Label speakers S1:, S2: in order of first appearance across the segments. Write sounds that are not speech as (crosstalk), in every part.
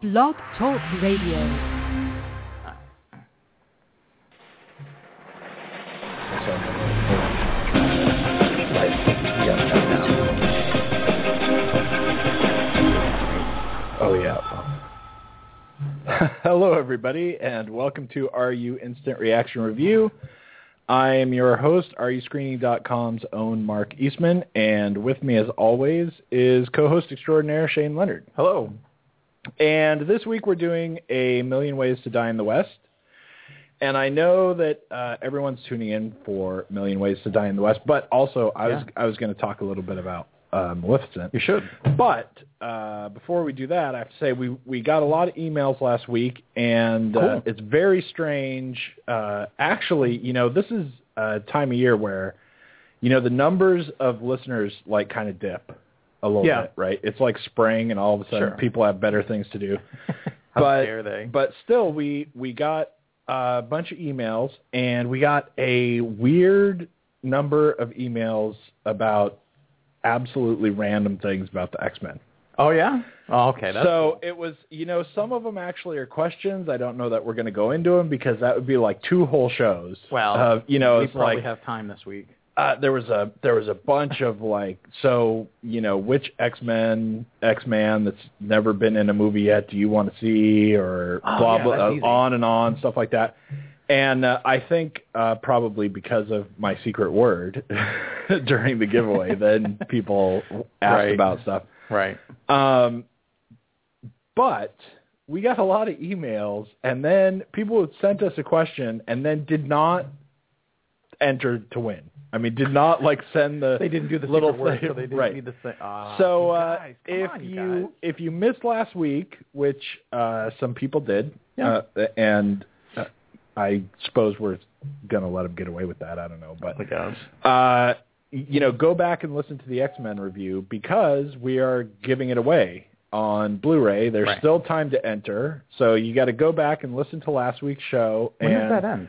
S1: Blog Talk Radio.
S2: Oh yeah. (laughs) Hello everybody and welcome to RU Instant Reaction Review. I am your host, RUScreening.com's own Mark Eastman, and with me as always is co-host extraordinaire Shane Leonard. Hello. And this week we're doing A Million Ways to Die in the West. And I know that uh, everyone's tuning in for Million Ways to Die in the West, but also I was I was going to talk a little bit about uh, Maleficent. You should. But uh, before we do that, I have to say we we got a lot of emails last week, and uh, it's very strange. Uh, actually, you know, this is a time of year where, you know, the numbers of listeners like kind of dip a little
S3: Yeah.
S2: bit, right? It's like spring, and all of a sudden
S3: Sure.
S2: people have better things to do.
S3: (laughs) How
S2: but
S3: dare they?
S2: but still we we got a bunch of emails and we got a weird number of emails about absolutely random things about the X-Men.
S3: Oh yeah. Oh okay. That's,
S2: so it was, you know, some of them actually are questions. I don't know that we're going to go into them because that would be like two whole shows.
S3: well,
S2: of, uh, you know,
S3: we
S2: it's
S3: probably
S2: like
S3: have time this week.
S2: uh, there was a there was a bunch of like so you know which X Men X Man that's never been in a movie yet do you want to see or
S3: Oh,
S2: blah
S3: yeah,
S2: blah
S3: that's
S2: uh,
S3: easy.
S2: on and on stuff like that, and uh, I think uh, probably because of my secret word (laughs) during the giveaway, then people asked
S3: Right.
S2: about stuff.
S3: Right.
S2: Um, but we got a lot of emails, and then people had sent us a question, and then did not enter to win. I mean, did not like send the
S3: They didn't do the
S2: little
S3: secret word,
S2: thing-
S3: so they didn't
S2: right.
S3: need the same. Uh,
S2: so uh,
S3: guys, come
S2: if
S3: on,
S2: you,
S3: guys.
S2: if you missed last week, which uh, some people did,
S3: Yeah.
S2: uh, and uh, I suppose we're gonna let them get away with that. I don't know, but
S3: my gosh.
S2: uh, you know, go back and listen to the X Men review because we are giving it away on Blu-ray. There's
S3: Right.
S2: still time to enter, so you got to go back and listen to last week's show.
S3: When
S2: and
S3: does that end?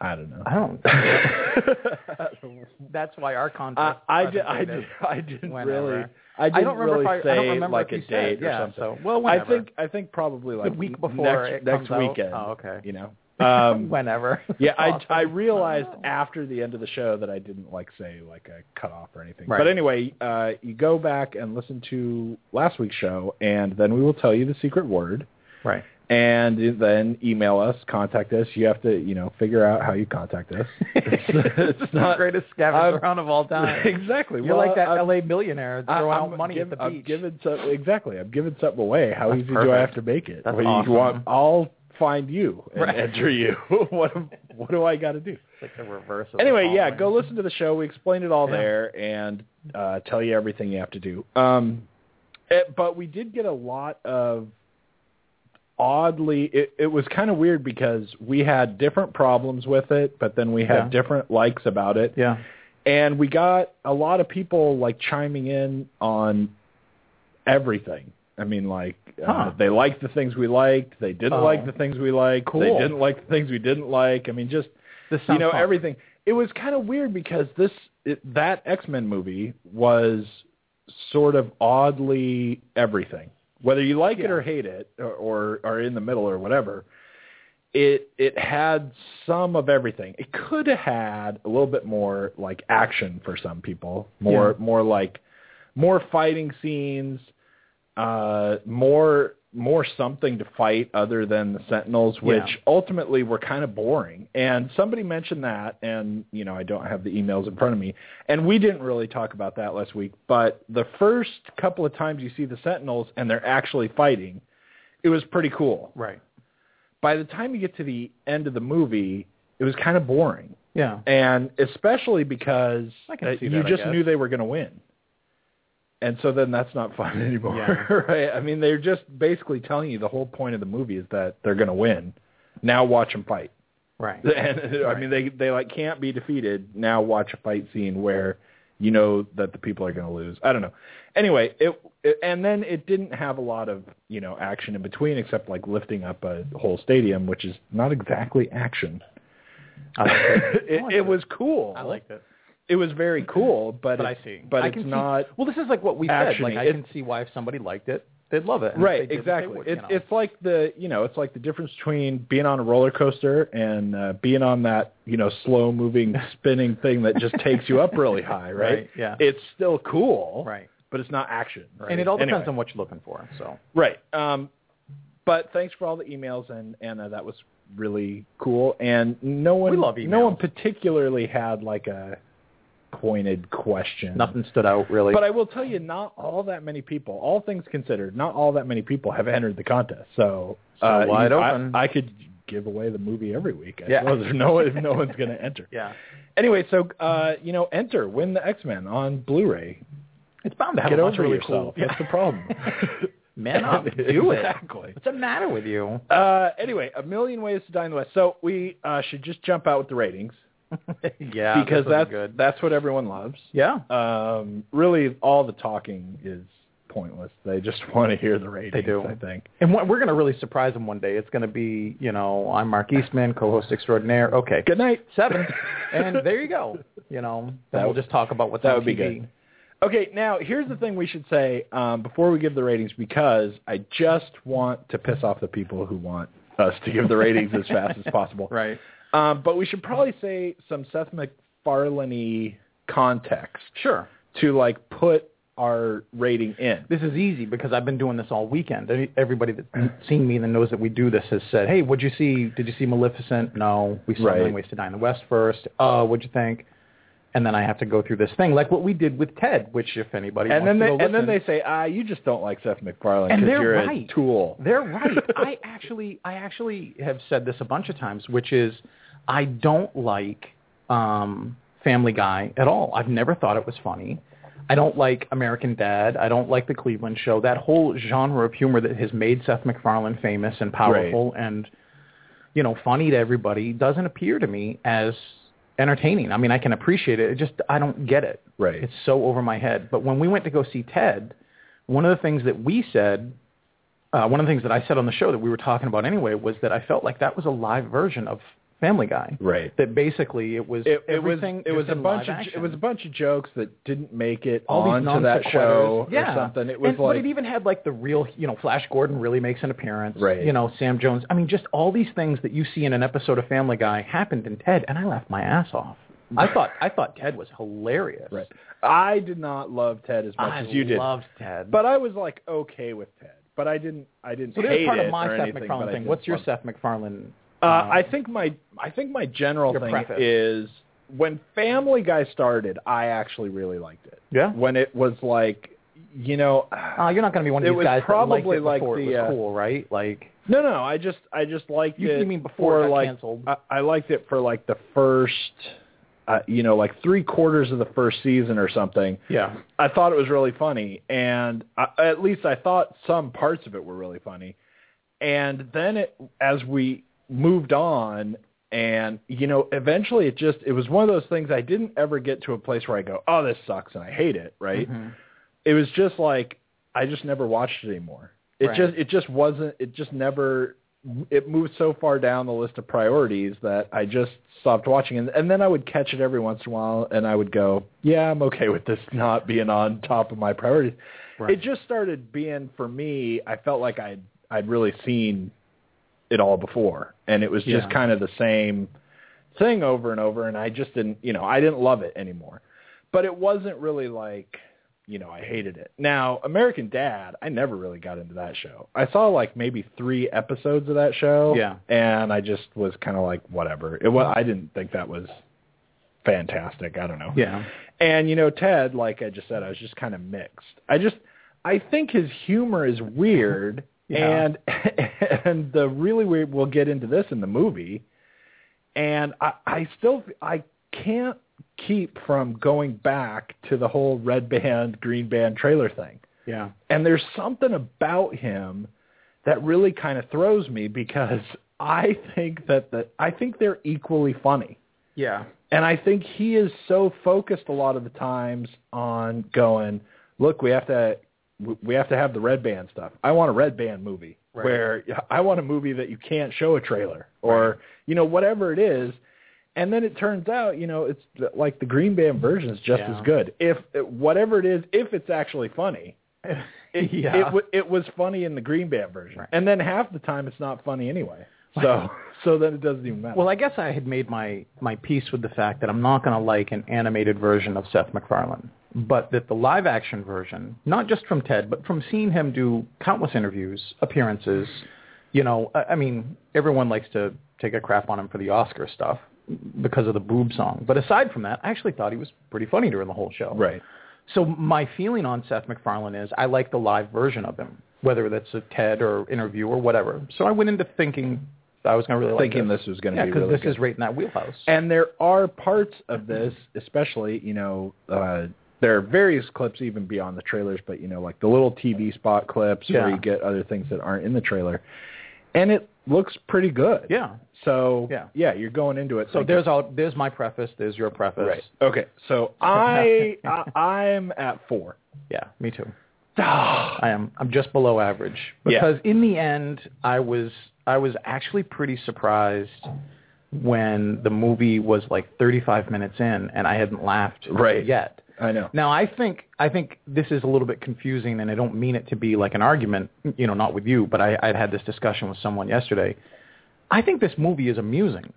S2: I don't know.
S3: I
S2: (laughs)
S3: don't. That's why our
S2: I,
S3: contest.
S2: I,
S3: doesn't say
S2: did, I,
S3: that.
S2: did, I didn't
S3: Whenever.
S2: really. I, didn't
S3: I don't remember
S2: really
S3: if
S2: say
S3: I, I don't remember
S2: like
S3: if you
S2: a date
S3: said.
S2: or
S3: yeah,
S2: something.
S3: So well,
S2: I
S3: whenever.
S2: think I think probably like
S3: week
S2: n-
S3: before
S2: next,
S3: it
S2: next
S3: comes out?
S2: weekend.
S3: Oh, okay. (laughs)
S2: You know. Um,
S3: whenever.
S2: (laughs) Yeah,
S3: (laughs)
S2: I,
S3: Awesome.
S2: I realized
S3: Oh.
S2: after the end of the show that I didn't like say like a cutoff or anything.
S3: Right.
S2: But anyway, uh, you go back and listen to last week's show, and then we will tell you the secret word,
S3: Right.
S2: and then email us, contact us. You have to you know figure out how you contact us.
S3: (laughs) it's the greatest scavenger hunt of all (laughs) time.
S2: exactly.
S3: You're
S2: well,
S3: like that
S2: I'm,
S3: LA millionaire
S2: I-
S3: throwing
S2: I'm
S3: out money
S2: give-
S3: at the
S2: I'm
S3: beach.
S2: giving some, exactly. I'm giving something away. How
S3: That's
S2: easy do I
S3: perfect.
S2: have to make it?
S3: That's
S2: What do
S3: awesome.
S2: You want? I'll find you and
S3: Right.
S2: enter you. (laughs) what am- what do I got to do?
S3: It's like the reverse. Of
S2: anyway,
S3: the
S2: yeah,
S3: following.
S2: go listen to the show. We explained it all
S3: Yeah.
S2: there and uh, tell you everything you have to do. Um, it- but we did get a lot of oddly. It, it was kind of weird because we had different problems with it, but then we had
S3: Yeah.
S2: different likes about it,
S3: Yeah.
S2: and we got a lot of people like chiming in on everything. I mean, like uh,
S3: Huh.
S2: they liked the things we liked, they didn't
S3: Oh.
S2: like the things we liked, they
S3: Cool.
S2: didn't like the things we didn't like. I mean, just
S3: This
S2: you
S3: sounds
S2: know
S3: fun.
S2: everything. It was kind of weird because this it, that X Men movie was sort of oddly everything. Whether you like it
S3: Yeah.
S2: or hate it, or, or are in the middle or whatever, it it had some of everything. It could have had a little bit more like action for some people, more more like more fighting scenes, uh, more more something to fight other than the Sentinels, which
S3: Yeah.
S2: ultimately were kind of boring. And somebody mentioned that, and you know I don't have the emails in front of me, and we didn't really talk about that last week. But the first couple of times you see the Sentinels and they're actually fighting, it was pretty cool.
S3: Right.
S2: By the time you get to the end of the movie, it was kind of boring,
S3: Yeah.
S2: and especially because
S3: I can
S2: uh,
S3: see
S2: you
S3: that, I
S2: just
S3: guess.
S2: knew they were going to win. And so then that's not fun (laughs) anymore,
S3: Yeah.
S2: right? I mean, they're just basically telling you the whole point of the movie is that they're going to win. Now watch them fight. (laughs)
S3: Right.
S2: And I mean, they they like can't be defeated. Now watch a fight scene where you know that the people are going to lose. I don't know. Anyway, it, it and then it didn't have a lot of you know action in between except like lifting up a whole stadium, which is not exactly action. (laughs) it,
S3: liked
S2: it
S3: it.
S2: was cool.
S3: I liked it.
S2: It was very cool, but
S3: But I
S2: it's,
S3: see.
S2: But
S3: I
S2: it's
S3: can see-
S2: not.
S3: Well, this is like what we said.
S2: Action-y.
S3: Like I
S2: It-
S3: can see why if somebody liked it, They'd love it. And if they
S2: right
S3: didn't, they
S2: exactly
S3: would, you
S2: it's
S3: know.
S2: it's like the you know it's like the difference between being on a roller coaster and uh, being on that you know
S3: (laughs)
S2: slow moving spinning thing that just takes you up really high right,
S3: Right, yeah.
S2: it's still cool
S3: right.
S2: but it's not action right
S3: And it all depends
S2: Anyway.
S3: on what you're looking for. So
S2: Right. Um, but thanks for all the emails and Anna, that was really cool. And no one,
S3: We love
S2: no
S3: emails.
S2: one particularly had like a pointed question.
S3: nothing stood out really.
S2: But I will tell you, not all that many people, all things considered, not all that many people have entered the contest. So,
S3: So
S2: uh,
S3: wide
S2: you- I-
S3: open.
S2: I, could give away the movie every week. I
S3: Yeah.
S2: suppose if no, if no one's going to enter.
S3: (laughs) yeah,
S2: Anyway, so uh, you know, enter, win the X Men on Blu-ray.
S3: it's bound to have
S2: Get
S3: a bunch
S2: over
S3: of really
S2: yourself.
S3: cool. (laughs)
S2: That's the problem. (laughs)
S3: Man up, do it.
S2: Exactly.
S3: What's the matter with you?
S2: Uh, anyway, a million ways to die in the West. So we uh, should just jump out with the ratings
S3: yeah, this
S2: because
S3: wasn't
S2: that's
S3: good.
S2: that's what everyone loves.
S3: Yeah,
S2: Um, really, all the talking is pointless. They just (laughs) want to hear the ratings.
S3: do.
S2: I think.
S3: and what, we're gonna really surprise them one day. It's gonna be you know I'm Mark Eastman, co-host extraordinaire. Okay,
S2: Good night. (laughs)
S3: seven, and there you go. You know, then
S2: That
S3: we'll
S2: would-
S3: just talk about what's
S2: That
S3: on
S2: would be
S3: TV.
S2: good. Okay, now here's the thing we should say um, before we give the ratings because I just want to piss off the people who want us to give the ratings as (laughs) fast as possible.
S3: Right.
S2: Um, but we should probably say some Seth MacFarlane context.
S3: Sure.
S2: to like put our rating in.
S3: This is easy because I've been doing this all weekend. Any- Everybody that's seen me and knows that we do this has said, "Hey, what'd you see? Did you see Maleficent? No, we saw
S2: Right.
S3: Nine Ways to Die in the West first. Uh, what'd you think?" And then I have to go through this thing, like what we did with Ted, which if anybody
S2: And
S3: wants
S2: then
S3: to
S2: they
S3: go
S2: and
S3: listen-
S2: then they say, ah, you just don't like Seth MacFarlane
S3: And
S2: because
S3: they're
S2: you're
S3: right.
S2: a tool.
S3: They're
S2: (laughs)
S3: right. I (laughs) actually, I actually have said this a bunch of times, which is, I don't like um, Family Guy at all. I've never thought it was funny. I don't like American Dad. I don't like the Cleveland Show. That whole genre of humor that has made Seth MacFarlane famous and powerful and you know funny to everybody doesn't appear to me as entertaining. I mean, I can appreciate it. It just I don't get it.
S2: Right.
S3: It's so over my head. But when we went to go see Ted, one of the things that we said uh, one of the things that I said on the show that we were talking about anyway was that I felt like that was a live version of Family Guy.
S2: Right.
S3: That basically it was
S2: It, it was
S3: everything.
S2: it was
S3: just
S2: a
S3: in
S2: bunch of
S3: live
S2: it was a
S3: action.
S2: bunch of jokes that didn't make it
S3: all these
S2: onto that
S3: non-sequiturs.
S2: show
S3: yeah.
S2: or something. It was
S3: and,
S2: like
S3: but it even had like the real, you know, Flash Gordon really makes an appearance.
S2: Right.
S3: You know, Sam Jones. I mean, just all these things that you see in an episode of Family Guy happened in Ted, and I laughed my ass off. I thought I thought Ted was hilarious.
S2: right. I did not love Ted as much
S3: I
S2: as you did,
S3: loved Ted.
S2: but I was like okay with Ted. But I didn't I didn't
S3: so
S2: hate
S3: there's part
S2: it
S3: of my
S2: or
S3: Seth
S2: anything, but
S3: MacFarlane
S2: I
S3: thing.
S2: didn't
S3: What's your
S2: love it.
S3: Seth MacFarlane?
S2: Uh,
S3: um,
S2: I think my I think my general
S3: Your
S2: thing
S3: preface.
S2: is when Family Guy started, I actually really liked it.
S3: Yeah?
S2: When it was like, you know,
S3: Uh, you're not going to be one of
S2: It
S3: these
S2: was
S3: guys
S2: probably
S3: that
S2: like
S3: liked it before
S2: the,
S3: it was
S2: uh,
S3: cool, right? Like
S2: no, no, I just I just liked
S3: You-
S2: it.
S3: you mean before it
S2: for,
S3: got
S2: like
S3: canceled.
S2: I, I liked it for like the first, uh, you know, like three quarters of the first season or something.
S3: yeah,
S2: I thought it was really funny, and I, at least I thought some parts of it were really funny. And then it, as we moved on, and you know, eventually it just it was one of those things I didn't ever get to a place where I go, oh, this sucks and I hate it, right?
S3: Mm-hmm.
S2: It was just like I just never watched it anymore. It
S3: Right.
S2: just it just wasn't it just never it moved so far down the list of priorities that I just stopped watching and and then I would catch it every once in a while and I would go, yeah, I'm okay with this not being on top of my priorities.
S3: Right.
S2: It just started being for me, I felt like I would I'd really seen it all before and it was just
S3: Yeah.
S2: kind of the same thing over and over and I just didn't, you know, I didn't love it anymore. But it wasn't really like you know, I hated it. Now, American Dad, I never really got into that show. I saw like maybe three episodes of that show.
S3: Yeah.
S2: And I just was kind of like, whatever. It was, I didn't think that was fantastic. I don't know.
S3: yeah,
S2: And, you know, Ted, like I just said, I was just kind of mixed. I just, I think his humor is weird.
S3: Yeah.
S2: And, (laughs) and the really weird, we'll get into this in the movie. And I, I still, I can't keep from going back to the whole red band, green band trailer thing.
S3: yeah.
S2: And there's something about him that really kind of throws me because I think that the, I think they're equally funny.
S3: Yeah.
S2: And I think he is so focused a lot of the times on going, look, we have to we have to have the red band stuff. I want a red band movie
S3: Right.
S2: where (laughs) I want a movie that you can't show a trailer or you know whatever it is. And then it turns out, you know, it's like the green band version is just
S3: Yeah.
S2: as good. If whatever it is, if it's actually funny. It,
S3: (laughs) Yeah.
S2: it, wa- it was funny in the Green Band version,
S3: Right.
S2: and then half the time it's not funny anyway. So (laughs) so then it doesn't even matter.
S3: Well, I guess I had made my, my peace with the fact that I'm not going to like an animated version of Seth MacFarlane, but that the live action version, not just from Ted, but from seeing him do countless interviews, appearances, you know, I, I mean, everyone likes to take a crap on him for the Oscar stuff because of the boob song. But aside from that, I actually thought he was pretty funny during the whole show.
S2: right.
S3: So my feeling on Seth MacFarlane is I like the live version of him, whether that's a TED or interview or whatever. So I went into thinking I was going to really
S2: Thinking
S3: like
S2: this was gonna
S3: yeah,
S2: be
S3: 'cause
S2: really
S3: this is
S2: good.
S3: right in that wheelhouse.
S2: And there are parts of this, especially, you know, uh, there are various clips even beyond the trailers, but, you know, like the little TV spot clips where
S3: Yeah.
S2: you get other things that aren't in the trailer. And it looks pretty good.
S3: yeah.
S2: So,
S3: Yeah.
S2: you're going into it.
S3: So
S2: thinking-
S3: there's all there's my preface. There's your preface.
S2: Right. Okay. So I,
S3: (laughs)
S2: I, I'm at
S3: (sighs)
S2: four.
S3: Yeah, me too.
S2: Ah,
S3: I am. I'm just below average
S2: Yeah.
S3: because in the end, I was I was actually pretty surprised when the movie was like 35 minutes in and I hadn't laughed
S2: Right.
S3: yet.
S2: I know.
S3: Now I think I think this is a little bit confusing, and I don't mean it to be like an argument, you know, not with you, but I, I'd had this discussion with someone yesterday. I think this movie is amusing,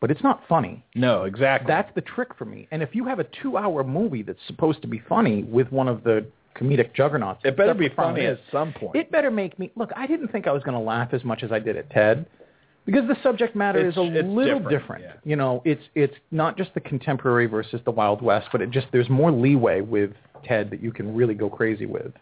S3: but it's not funny.
S2: No, exactly.
S3: That's the trick for me. And if you have a two-hour movie that's supposed to be funny with one of the comedic juggernauts,
S2: It better
S3: Seth
S2: be
S3: MacFarlane
S2: funny
S3: is,
S2: at some point.
S3: It better make me look. I didn't think I was going to laugh as much as I did at Ted, because the subject matter
S2: It's-
S3: is a
S2: it's
S3: little
S2: different,
S3: different.
S2: yeah.
S3: You know, it's it's not just the contemporary versus the Wild West, but it just there's more leeway with Ted that you can really go crazy with.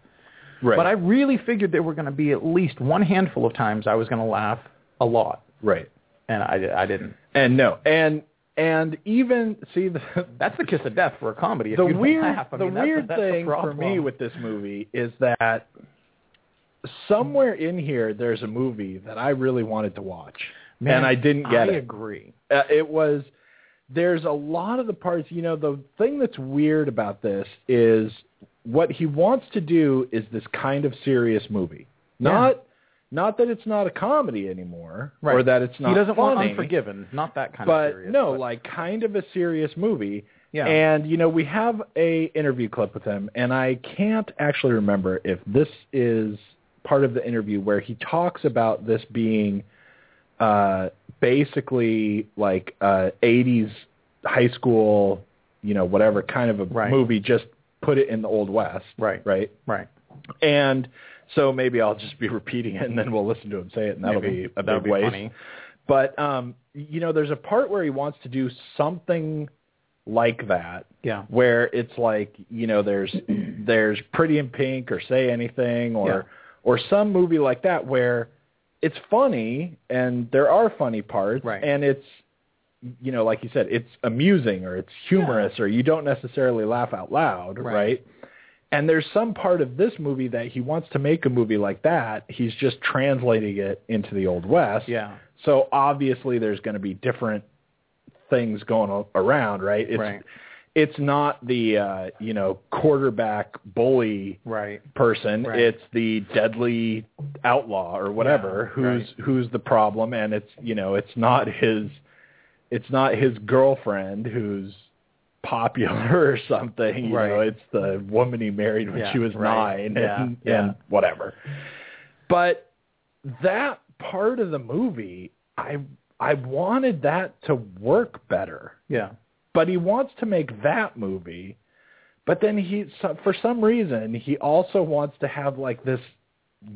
S2: right.
S3: But I really figured there were going to be at least one handful of times I was going to laugh a lot,
S2: right.
S3: and I, I didn't.
S2: And no. And, and even see the,
S3: That's the kiss of death for a comedy. If
S2: the
S3: you don't
S2: weird,
S3: laugh, I
S2: the
S3: mean, that's-
S2: weird
S3: that's a
S2: thing for me
S3: problem.
S2: with this movie is that somewhere in here there's a movie that I really wanted to watch,
S3: Man,
S2: and I didn't get
S3: I
S2: it.
S3: agree.
S2: Uh, it was there's a lot of the parts. You know, the thing that's weird about this is what he wants to do is this kind of serious movie, not. Not that it's not a comedy anymore,
S3: Right.
S2: or that it's not
S3: he doesn't want
S2: funny,
S3: Unforgiven, not that kind
S2: but
S3: of serious.
S2: no,
S3: but-
S2: like kind of a serious movie.
S3: Yeah.
S2: And you know, we have a interview clip with him, and I can't actually remember if this is part of the interview where he talks about this being uh, basically like uh, '80s high school, you know, whatever kind of a
S3: Right.
S2: movie, just put it in the old west,
S3: Right.
S2: Right.
S3: right.
S2: And so maybe I'll just be repeating it, and then we'll listen to him say it, and that'll
S3: Maybe.
S2: be a
S3: That'll
S2: big
S3: be
S2: waste.
S3: funny.
S2: But um, you know, there's a part where he wants to do something like that.
S3: Yeah.
S2: Where it's like, you know, there's there's Pretty in Pink or Say Anything or
S3: Yeah.
S2: or some movie like that where it's funny and there are funny parts
S3: Right.
S2: and it's you know, like you said, it's amusing or it's humorous or you don't necessarily laugh out loud,
S3: Right.
S2: right? And there's some part of this movie that he wants to make a movie like that. He's just translating it into the old west.
S3: Yeah.
S2: So obviously there's going to be different things going a- around, right? It's
S3: Right.
S2: it's not the uh, you know quarterback bully
S3: Right.
S2: person.
S3: Right.
S2: It's the deadly outlaw or
S3: Yeah,
S2: whatever who's who's the problem, and it's you know it's not his it's not his girlfriend who's popular (laughs) or something. You know,
S3: Right.
S2: it's the woman he married when
S3: Yeah,
S2: she was
S3: right.
S2: nine
S3: Yeah,
S2: and,
S3: yeah.
S2: and whatever. But that part of the movie, I I wanted that to work better
S3: Yeah.
S2: but he wants to make that movie but then he so- for some reason he also wants to have like this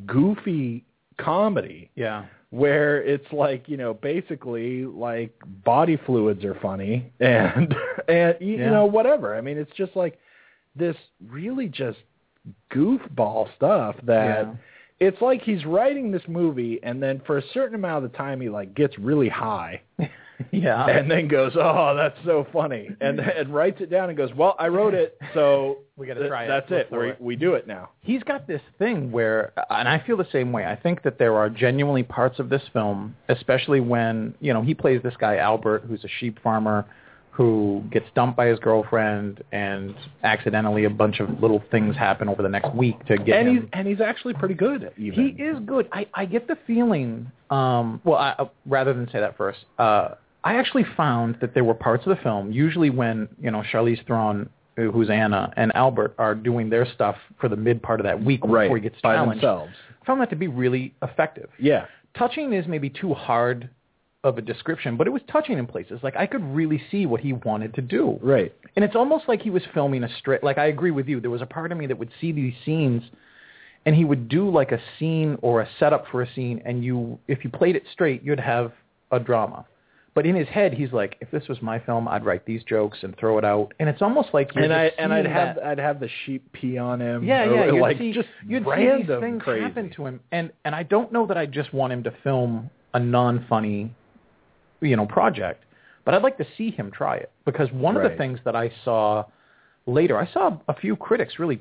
S2: goofy comedy (laughs)
S3: Yeah.
S2: where it's like you know basically like body fluids are funny (laughs) and and you
S3: Yeah.
S2: know whatever i mean it's just like this really just goofball stuff that
S3: Yeah.
S2: it's like he's writing this movie and then for a certain amount of the time he like gets really high
S3: Yeah.
S2: and then goes, "Oh, that's so funny," and and writes it down and goes, "Well, I wrote it, so
S3: (laughs) We gotta
S2: th-
S3: try it.
S2: That's
S3: Let's
S2: it.
S3: throw
S2: We
S3: it."
S2: we do it now."
S3: he's got this thing where, and I feel the same way. I think that there are genuinely parts of this film, especially when you know he plays this guy Albert, who's a sheep farmer, who gets dumped by his girlfriend, and accidentally a bunch of little things happen over the next week to get
S2: And
S3: him.
S2: he's and he's actually pretty good.
S3: He
S2: Even.
S3: is good. I, I get the feeling. Um, well, I, uh, rather than say that first, uh, I actually found that there were parts of the film, usually when you know Charlize Theron who- who's Anna and Albert, are doing their stuff for the mid part of that week
S2: Right,
S3: before he gets
S2: by
S3: challenged.
S2: themselves.
S3: I found that to be really effective.
S2: Yeah.
S3: Touching is maybe too hard of a description, but it was touching in places. Like I could really see what he wanted to do.
S2: Right.
S3: And it's almost like he was filming a straight. Like I agree with you. There was a part of me that would see these scenes, and he would do like a scene or a setup for a scene, and you, if you played it straight, you'd have a drama. But in his head, he's like, if this was my film, I'd write these jokes and throw it out. And it's almost like you're
S2: and I
S3: just
S2: and I'd
S3: seeing
S2: have
S3: that-
S2: I'd have the sheep pee on him.
S3: yeah,
S2: or,
S3: yeah, you'd
S2: like
S3: see,
S2: just
S3: you'd see
S2: random
S3: these things
S2: crazy.
S3: happen to him, and and I don't know that I just want him to film a non-funny, you know, project, but I'd like to see him try it because one of
S2: Right.
S3: the things that I saw later, I saw a few critics really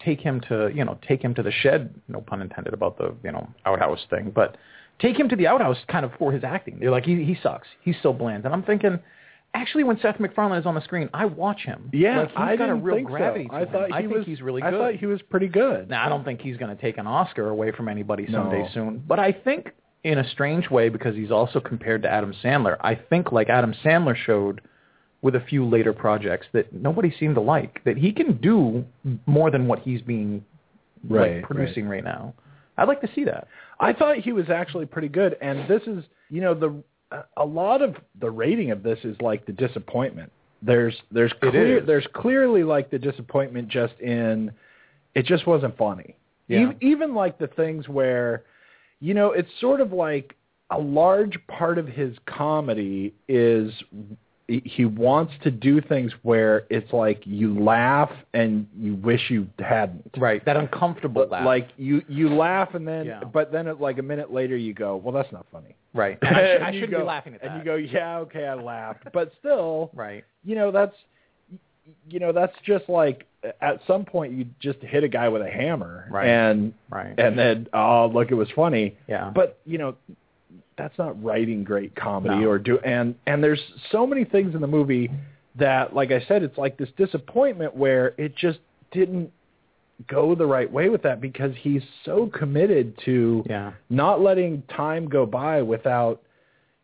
S3: take him to you know take him to the shed, no pun intended about the you know outhouse thing, but take him to the outhouse kind of for his acting. They're like he he sucks, he's so bland, and I'm thinking. Actually, when Seth MacFarlane is on the screen, I watch him.
S2: Yeah,
S3: like, he's
S2: I
S3: got a
S2: didn't
S3: real
S2: think so.
S3: gravity to
S2: I
S3: him.
S2: thought
S3: I
S2: he
S3: think
S2: was
S3: he's really
S2: I
S3: good.
S2: thought he was pretty good.
S3: Now, I don't think he's going to take an Oscar away from anybody someday
S2: No.
S3: soon, but I think in a strange way because he's also compared to Adam Sandler. I think like Adam Sandler showed with a few later projects that nobody seemed to like that he can do more than what he's being like,
S2: Right, right.
S3: producing right. now. I'd like to see that.
S2: I thought he was actually pretty good, and this is you know the a lot of the rating of this is like the disappointment. There's there's clear,
S3: is.
S2: there's clearly like the disappointment just in it just wasn't funny.
S3: Yeah.
S2: Even, even like the things where you know it's sort of like a large part of his comedy is he wants to do things where it's like you laugh and you wish you hadn't
S3: Right, that uncomfortable laugh.
S2: like you you laugh and then
S3: Yeah.
S2: but then it, like a minute later you go well that's not funny (laughs)
S3: right. And (laughs) I, should, I
S2: And you
S3: should
S2: go-
S3: be laughing at that.
S2: and you go yeah okay i laughed but still
S3: right.
S2: you know that's you know that's just like at some point you just hit a guy with a hammer
S3: Right.
S2: and
S3: Right.
S2: and then oh look it was funny
S3: Yeah.
S2: but you know that's not writing great comedy
S3: No.
S2: or do and and there's so many things in the movie that like i said it's like this disappointment where it just didn't go the right way with that because he's so committed to
S3: Yeah.
S2: not letting time go by without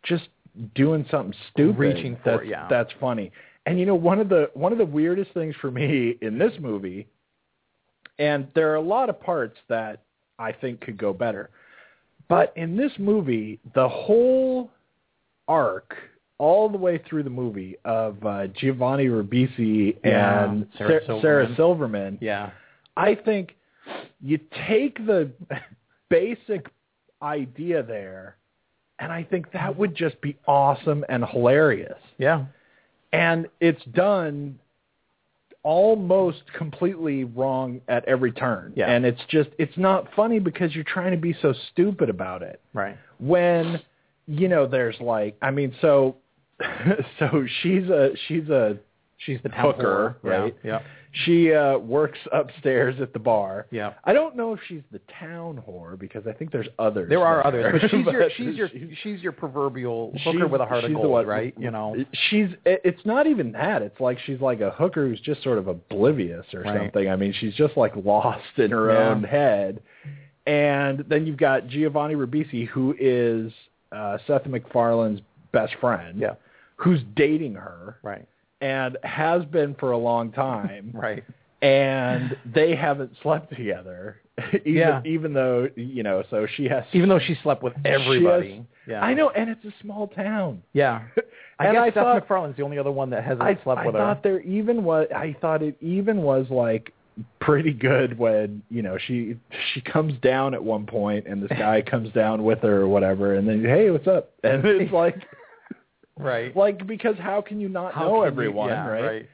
S2: just doing something stupid
S3: Reaching for it,
S2: that's,
S3: yeah.
S2: that's funny and you know one of the one of the weirdest things for me in this movie and there are a lot of parts that i think could go better but in this movie the whole arc all the way through the movie of uh, Giovanni Ribisi
S3: Yeah,
S2: and
S3: Sarah
S2: Sa-
S3: Silverman.
S2: Sarah Silverman
S3: Yeah.
S2: I think you take the (laughs) basic idea there, and I think
S3: Mm-hmm.
S2: that would just be awesome and hilarious.
S3: Yeah.
S2: And it's done almost completely wrong at every turn.
S3: Yeah.
S2: And it's just, it's not funny because you're trying to be so stupid about it
S3: Right.
S2: when you know there's like i mean so (laughs) so she's a she's a
S3: She's the town
S2: hooker
S3: whore. Yeah,
S2: right
S3: yeah.
S2: she uh works upstairs at the bar
S3: Yeah.
S2: i don't know if she's the town whore because i think there's others
S3: There are others, but
S2: (laughs)
S3: she's your
S2: But
S3: she's your (laughs)
S2: she's-
S3: she's your proverbial
S2: she's-
S3: hooker with a heart of
S2: she's the
S3: gold,
S2: one-
S3: right? You know,
S2: she's it- it's not even that it's like she's like a hooker who's just sort of oblivious or
S3: Right.
S2: something i mean she's just like lost in her
S3: Yeah.
S2: own head and then you've got giovanni ribisi who is uh seth macfarlane's best friend
S3: Yeah.
S2: who's dating her
S3: right,
S2: and has been for a long time
S3: (laughs) right,
S2: and they haven't slept together (laughs) even,
S3: Yeah.
S2: even though you know so she has
S3: even though she slept with
S2: she has-
S3: everybody. yeah,
S2: i know and it's a small town
S3: Yeah, I
S2: And
S3: guess
S2: I
S3: Seth
S2: thought-
S3: MacFarlane's the only other one that hasn't
S2: I,
S3: slept
S2: I
S3: with
S2: thought
S3: her.
S2: there even was I thought it even was like pretty good when you know she she comes down at one point and this
S3: (laughs)
S2: guy comes down with her or whatever and then hey what's up
S3: (laughs)
S2: and it's like
S3: Right.
S2: like because how can you not
S3: How
S2: know
S3: can you-
S2: everyone
S3: yeah, right?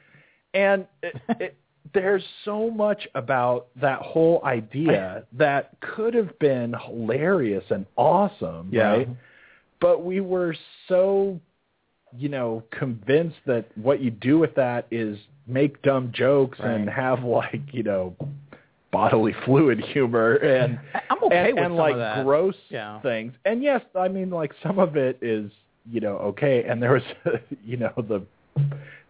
S2: and
S3: (laughs)
S2: it, it, there's so much about that whole idea (laughs) that could have been hilarious and awesome
S3: Yeah.
S2: right but we were so you know convinced that what you do with that is make dumb jokes and
S3: Right.
S2: have like you know bodily fluid
S3: (laughs)
S2: humor and
S3: I- I'm okay
S2: and,
S3: with
S2: and
S3: some
S2: like
S3: of that.
S2: gross
S3: Yeah.
S2: things and yes i mean like some of it is you know okay and there was (laughs) you know the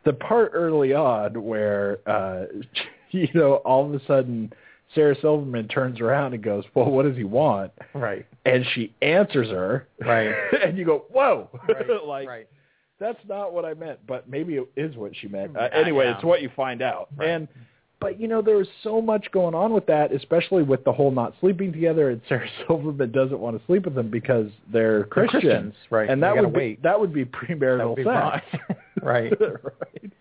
S2: the part early on where uh (laughs) you know all of a sudden sarah silverman turns around and goes well what does he want
S3: right,
S2: and she answers her
S3: Right.
S2: (laughs) and you go whoa
S3: right,
S2: (laughs) like
S3: right.
S2: that's not what I meant, but maybe it is what she meant. Uh,
S3: Mm, I
S2: anyway,
S3: know.
S2: it's what you find out.
S3: Right.
S2: And but you know, there was so much going on with that, especially with the whole not sleeping together. And Sarah (laughs) Silverman doesn't want to sleep with them because they're Christian,
S3: Christians, right.
S2: And
S3: They
S2: that
S3: gotta
S2: would be,
S3: wait.
S2: that would be premarital
S3: That would be
S2: sex,
S3: fine. (laughs) Right.
S2: (laughs) right.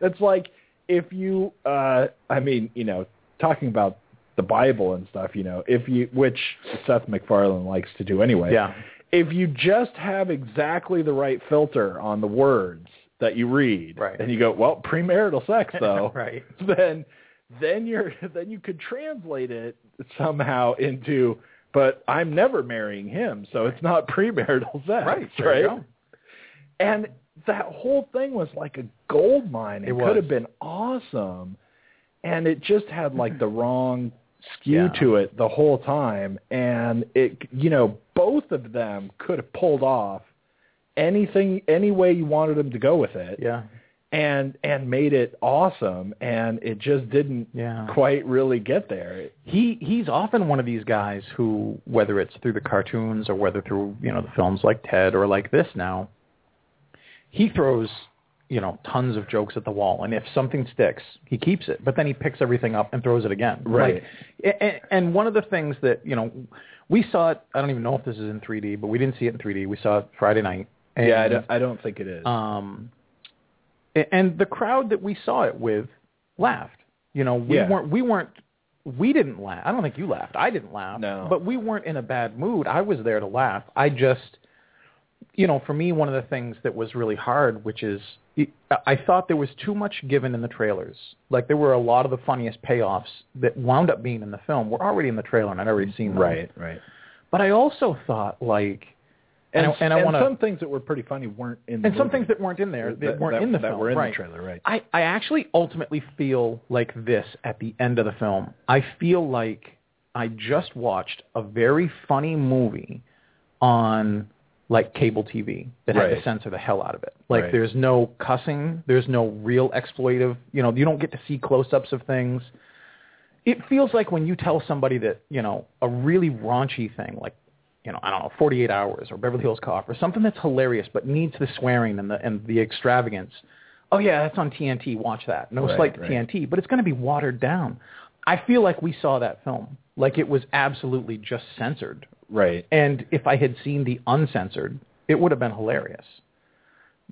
S2: That's like if you, uh, I mean, you know, talking about the Bible and stuff. You know, if you, which Seth MacFarlane likes to do anyway
S3: Yeah.
S2: if you just have exactly the right filter on the words that you read,
S3: Right.
S2: and you go, well, premarital sex though,
S3: (laughs) Right.
S2: (laughs) then then you're then you could translate it somehow into, but I'm never marrying him, so it's not premarital sex,
S3: Right. There you
S2: Right.
S3: go.
S2: And that whole thing was like a gold mine. It,
S3: It
S2: could
S3: was.
S2: have been awesome, and it just had like the wrong skew
S3: Yeah.
S2: to it the whole time. And it, you know, both of them could have pulled off anything, any way you wanted them to go with it,
S3: Yeah.
S2: and and made it awesome. And it just didn't
S3: Yeah.
S2: quite really get there.
S3: he he's often one of these guys who whether it's through the cartoons or whether through you know the films like ted or like this now he throws you know tons of jokes at the wall and if something sticks he keeps it but then he picks everything up and throws it again
S2: Right.
S3: like, and, and one of the things that you know we saw it i don't even know if this is in 3d but we didn't see it in 3d we saw it friday night and,
S2: yeah, I don't, I don't think it is.
S3: um, a- and the crowd that we saw it with laughed. You know, we
S2: Yeah.
S3: weren't we weren't we didn't laugh. I don't think you laughed. I didn't laugh.
S2: No.
S3: But we weren't in a bad mood. I was there to laugh. I just you know, for me one of the things that was really hard which is I thought there was too much given in the trailers. Like there were a lot of the funniest payoffs that wound up being in the film were already in the trailer and I'd already seen them.
S2: right, right.
S3: But I also thought like
S2: And,
S3: and, I, and I want to
S2: some things that were pretty funny weren't in. The
S3: and some
S2: movie.
S3: things that weren't in there that,
S2: That-
S3: weren't
S2: that-
S3: in the
S2: that
S3: film
S2: were in the
S3: right.
S2: trailer, right.
S3: I, I actually ultimately feel like this at the end of the film. I feel like I just watched a very funny movie on like cable TV that had
S2: Right.
S3: to censor the hell out of it. Like
S2: Right.
S3: there's no cussing, there's no real exploitive, you know, you don't get to see close-ups of things. It feels like when you tell somebody that, you know, a really raunchy thing like you know, I don't know, 48 hours or Beverly Hills Cop or something that's hilarious but needs the swearing and the and the extravagance. Oh yeah, that's on TNT. Watch that. No
S2: Right,
S3: slight to
S2: right.
S3: TNT, but it's going to be watered down. I feel like we saw that film. Like it was absolutely just censored.
S2: right.
S3: And if I had seen the uncensored, it would have been hilarious.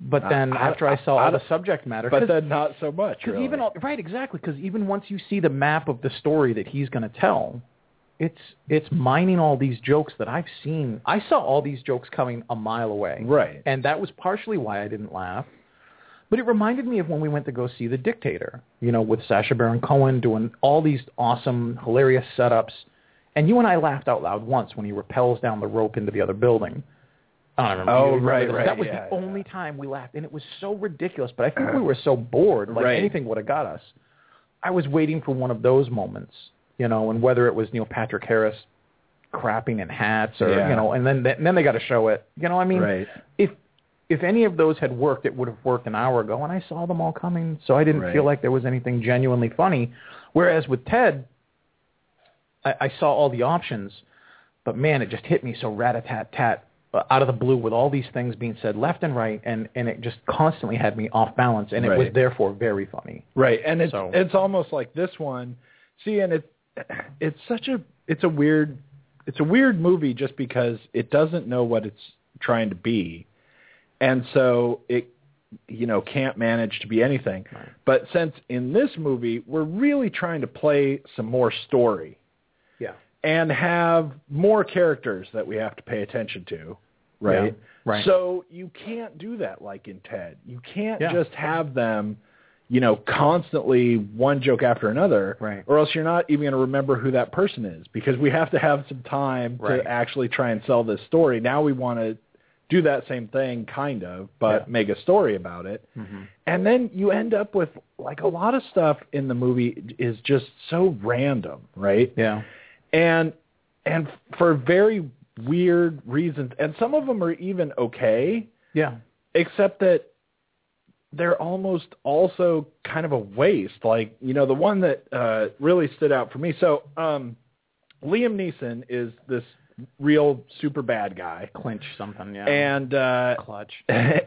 S3: But then
S2: Uh, I-
S3: after I, saw
S2: I-
S3: all the subject matter,
S2: But
S3: 'cause-
S2: then not so much.
S3: because
S2: Really.
S3: even all, right, exactly. Because even once you see the map of the story that he's going to tell, it's it's mining all these jokes that I've seen. I saw all these jokes coming a mile away.
S2: Right.
S3: and that was partially why I didn't laugh. But it reminded me of when we went to go see The Dictator. You know, with Sasha Baron Cohen doing all these awesome, hilarious setups, and you and I laughed out loud once when he repels down the rope into the other building. I don't remember.
S2: Oh,
S3: You remember
S2: right,
S3: this.
S2: right,
S3: That was
S2: yeah,
S3: the
S2: yeah.
S3: only time we laughed, and it was so ridiculous. But I
S2: (clears throat)
S3: think we were so bored, like
S2: Right.
S3: anything would have got us. I was waiting for one of those moments, you know, and whether it was Neil Patrick Harris crapping in hats or
S2: Yeah.
S3: you know, and then and then they got to show it, you know. I mean,
S2: Right.
S3: if if any of those had worked, it would have worked an hour ago, and I saw them all coming, so I didn't
S2: Right.
S3: feel like there was anything genuinely funny. Whereas with Ted, I, I saw all the options, but man, it just hit me so rat a tat tat out of the blue with all these things being said left and right, and and it just constantly had me off balance, and it was
S2: Right.
S3: therefore very funny.
S2: Right, and it's
S3: So-
S2: it's almost like this one. See, and it it's such a it's a weird it's a weird movie just because it doesn't know what it's trying to be, and so it you know can't manage to be anything. But since in this movie we're really trying to play some more story
S3: Yeah.
S2: and have more characters that we have to pay attention to, right?
S3: Yeah, right.
S2: So you can't do that like in Ted. You can't
S3: Yeah.
S2: just have them, you know, constantly one joke after another,
S3: Right.
S2: or else you're not even going to remember who that person is because we have to have some time
S3: Right.
S2: to actually try and sell this story. Now we want to do that same thing kind of, but
S3: Yeah. Mm-hmm.
S2: make a story about it. And then you end up with like a lot of stuff in the movie is just so random, right?
S3: Yeah.
S2: and and for very weird reasons and some of them are even okay
S3: Yeah.
S2: except that they're almost also kind of a waste like you know the one that uh really stood out for me so um Liam Neeson is this real super bad guy.
S3: Clinch something, yeah.
S2: And uh,
S3: Clutch.
S2: and (laughs)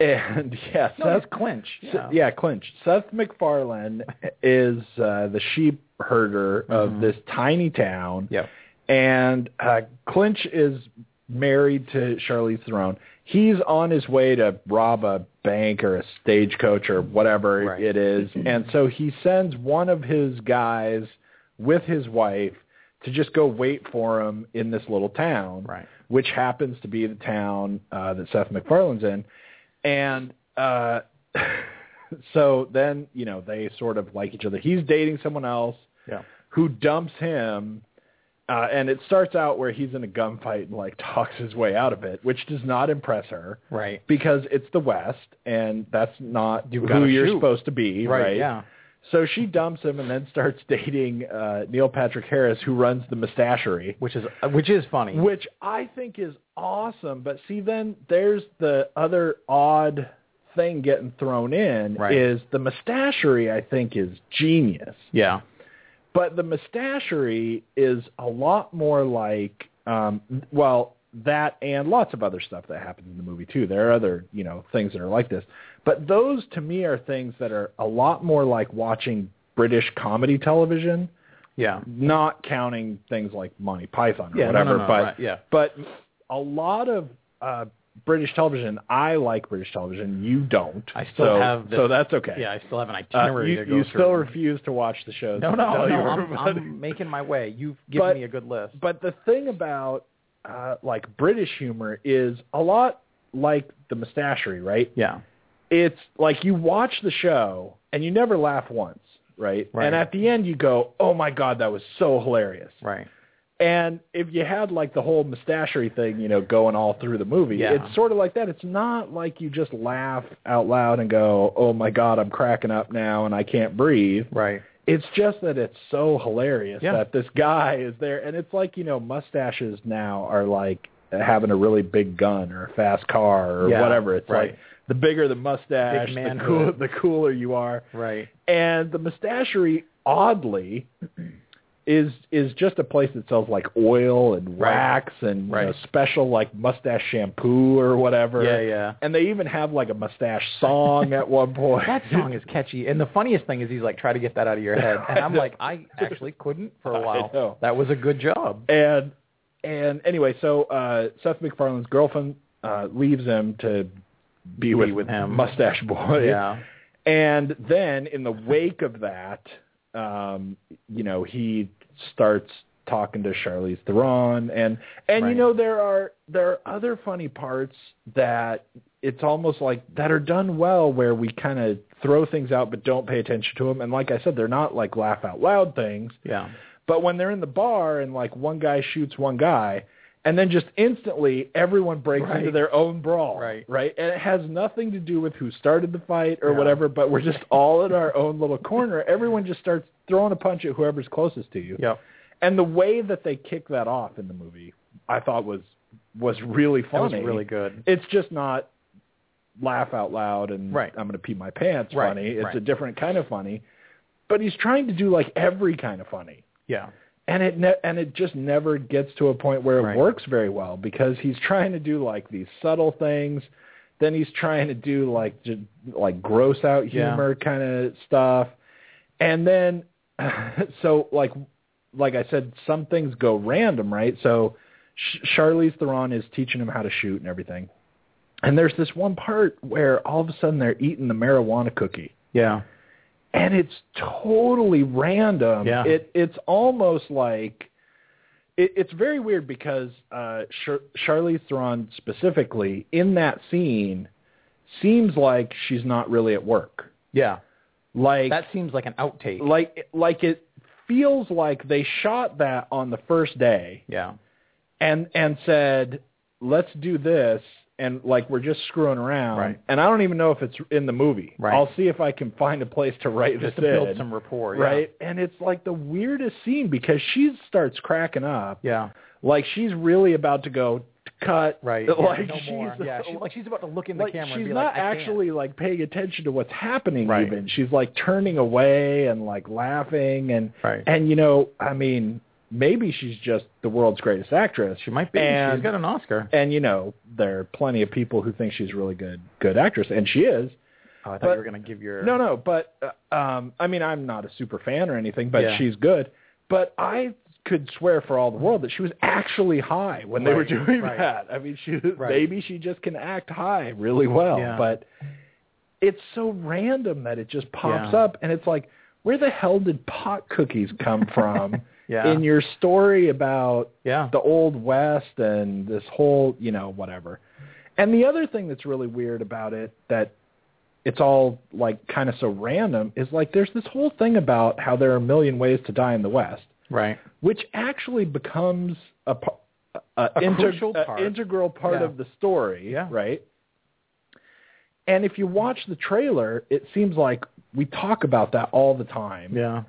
S2: yeah,
S3: No,
S2: Seth
S3: it's clinch.
S2: S-
S3: Yeah.
S2: yeah, Clinch. Seth MacFarlane is uh, the sheep herder of
S3: Mhm.
S2: this tiny town,
S3: Yep.
S2: and uh, Clinch is married to Charlize Theron. He's on his way to rob a bank or a stagecoach or whatever
S3: Right.
S2: it is, and so he sends one of his guys with his wife to just go wait for him in this little town
S3: Right.
S2: which happens to be the town uh, that Seth MacFarlane's in. And uh, (laughs) so then, you know, they sort of like each other. He's dating someone else
S3: Yeah.
S2: who dumps him. Uh, and it starts out where he's in a gunfight and like (laughs) talks his way out of it, which does not impress her
S3: Right.
S2: because it's the West and that's not
S3: You've
S2: who
S3: gotta
S2: you're
S3: shoot.
S2: supposed to be, right?
S3: Yeah.
S2: So she dumps him and then starts (laughs) dating uh, Neil Patrick Harris, who runs the Mustachery
S3: Which is uh, which is funny.
S2: which I think is awesome. But see, then there's the other odd thing getting thrown in
S3: Right.
S2: is the mustachery. I think is genius,
S3: yeah.
S2: but the mustachery is a lot more like um, well that and lots of other stuff that happens in the movie too. There are other you know things that are like this, but those to me are things that are a lot more like watching British comedy television
S3: Yeah.
S2: not counting things like Monty Python or
S3: Yeah, no,
S2: whatever,
S3: no, no,
S2: but
S3: right, yeah.
S2: but a lot of uh, British television, I like British television. You don't.
S3: I still
S2: so,
S3: have this-
S2: so that's okay.
S3: Yeah, I still have an
S2: Uh,
S3: itinerary
S2: you
S3: to go
S2: you
S3: through.
S2: still refuse to watch the shows.
S3: no,
S2: that I
S3: no,
S2: tell you
S3: no. I'm,
S2: about.
S3: I'm making my way. You've given
S2: But-
S3: me a good list.
S2: (laughs) But the thing about uh, like British humor is a lot like the mustachery, right?
S3: Yeah.
S2: It's like you watch the show and you never laugh once, right?
S3: Right.
S2: And at the end you go, "Oh my god, that was so hilarious."
S3: Right.
S2: And if you had like the whole mustachery thing, you know, going all through the movie,
S3: Yeah.
S2: it's sort of like that. It's not like you just laugh out loud and go, "Oh my god, I'm cracking up now and I can't breathe."
S3: Right.
S2: It's just that it's so hilarious
S3: Yeah.
S2: that this guy is there, and it's like you know, mustaches now are like having a really big gun or a fast car or
S3: Yeah,
S2: whatever. It's
S3: right.
S2: like the bigger the mustache,
S3: Big
S2: the, cool,
S3: manhood.
S2: the cooler you are
S3: Right.
S2: and the mustachery oddly is is just a place that sells like oil and
S3: Right.
S2: wax and you know,
S3: Right.
S2: special like mustache shampoo or whatever
S3: Yeah, yeah.
S2: and they even have like a mustache song at one point
S3: That song is catchy, and the funniest thing is he's like, "Try to get that out of your head," and I'm like, "I actually couldn't for a
S2: (laughs) I
S3: while.
S2: know.
S3: That was a good job."
S2: and and anyway so uh seth macfarlane's girlfriend uh leaves him to be, with,
S3: with him.
S2: mustache boy
S3: Yeah,
S2: And then in the wake of that, um, you know, he starts talking to Charlize Theron and and you
S3: Right.
S2: know there are there are other funny parts that it's almost like that are done well where we kind of throw things out but don't pay attention to them and like I said they're not like laugh out loud things
S3: yeah,
S2: but when they're in the bar and like one guy shoots one guy and then just instantly everyone breaks
S3: Right.
S2: into their own brawl.
S3: Right.
S2: Right. And it has nothing to do with who started the fight or
S3: Yeah.
S2: whatever, but we're just all in our own little corner. Everyone just starts throwing a punch at whoever's closest to you.
S3: yep.
S2: And the way that they kick that off in the movie, I thought was was really
S3: That was
S2: funny.
S3: really good.
S2: It's just not laugh out loud and
S3: Right.
S2: I'm gonna pee my pants
S3: Right,
S2: funny. It's
S3: right.
S2: a different kind of funny. But he's trying to do like every kind of funny
S3: Yeah,
S2: and it ne- and it just never gets to a point where it
S3: Right.
S2: works very well because he's trying to do like these subtle things then he's trying to do like just, like gross out
S3: Yeah.
S2: humor kind of stuff and then (laughs) so like like i said some things go random right so Sh- Charlize Theron is teaching him how to shoot and everything and there's this one part where all of a sudden they're eating the marijuana cookie
S3: yeah,
S2: and it's totally random.
S3: Yeah.
S2: It it's almost like it, it's very weird because uh, Char- Charlize Theron specifically in that scene seems like she's not really at work.
S3: yeah.
S2: Like
S3: That seems like an outtake.
S2: like like it feels like they shot that on the first day
S3: yeah,
S2: and and said let's do this and like we're just screwing around
S3: Right.
S2: and I don't even know if it's in the movie.
S3: Right.
S2: I'll see if I can find a place to write
S3: just to
S2: this
S3: build
S2: in
S3: some rapport. yeah.
S2: right? And it's like the weirdest scene because she starts cracking up,
S3: Yeah,
S2: like she's really about to go cut,
S3: right.
S2: Like
S3: yeah, no
S2: she's
S3: more. yeah, she's like she's about to look in the
S2: like,
S3: camera. and
S2: she's
S3: be
S2: not
S3: like, "I can't."
S2: actually like paying attention to what's happening.
S3: Right.
S2: Even she's like turning away and like laughing and
S3: Right.
S2: and you know, I mean, maybe she's just the world's greatest actress.
S3: She might be.
S2: And-
S3: She's got an Oscar.
S2: And you know, there are plenty of people who think she's a really good good actress, and she is.
S3: Oh, I thought
S2: but-
S3: you were going to give your.
S2: No, no, but uh, um, I mean, I'm not a super fan or anything, but
S3: Yeah.
S2: she's good. But I could swear for all the world that she was actually high when they were
S3: Right,
S2: doing
S3: right.
S2: that. I mean, she
S3: Right.
S2: maybe she just can act high really well,
S3: Yeah.
S2: but it's so random that it just pops
S3: Yeah.
S2: up, and it's like, where the hell did pot cookies come from?
S3: (laughs) Yeah.
S2: In your story about
S3: yeah.
S2: the old west and this whole you know whatever and the other thing that's really weird about it that it's all like kind of so random is like there's this whole thing about how there are a million ways to die in the west (laughs)
S3: right.
S2: which actually becomes a, par- a,
S3: A crucial part.
S2: integral part
S3: Yeah.
S2: of the story
S3: Yeah.
S2: right and if you watch the trailer it seems like we talk about that all the time
S3: Yeah.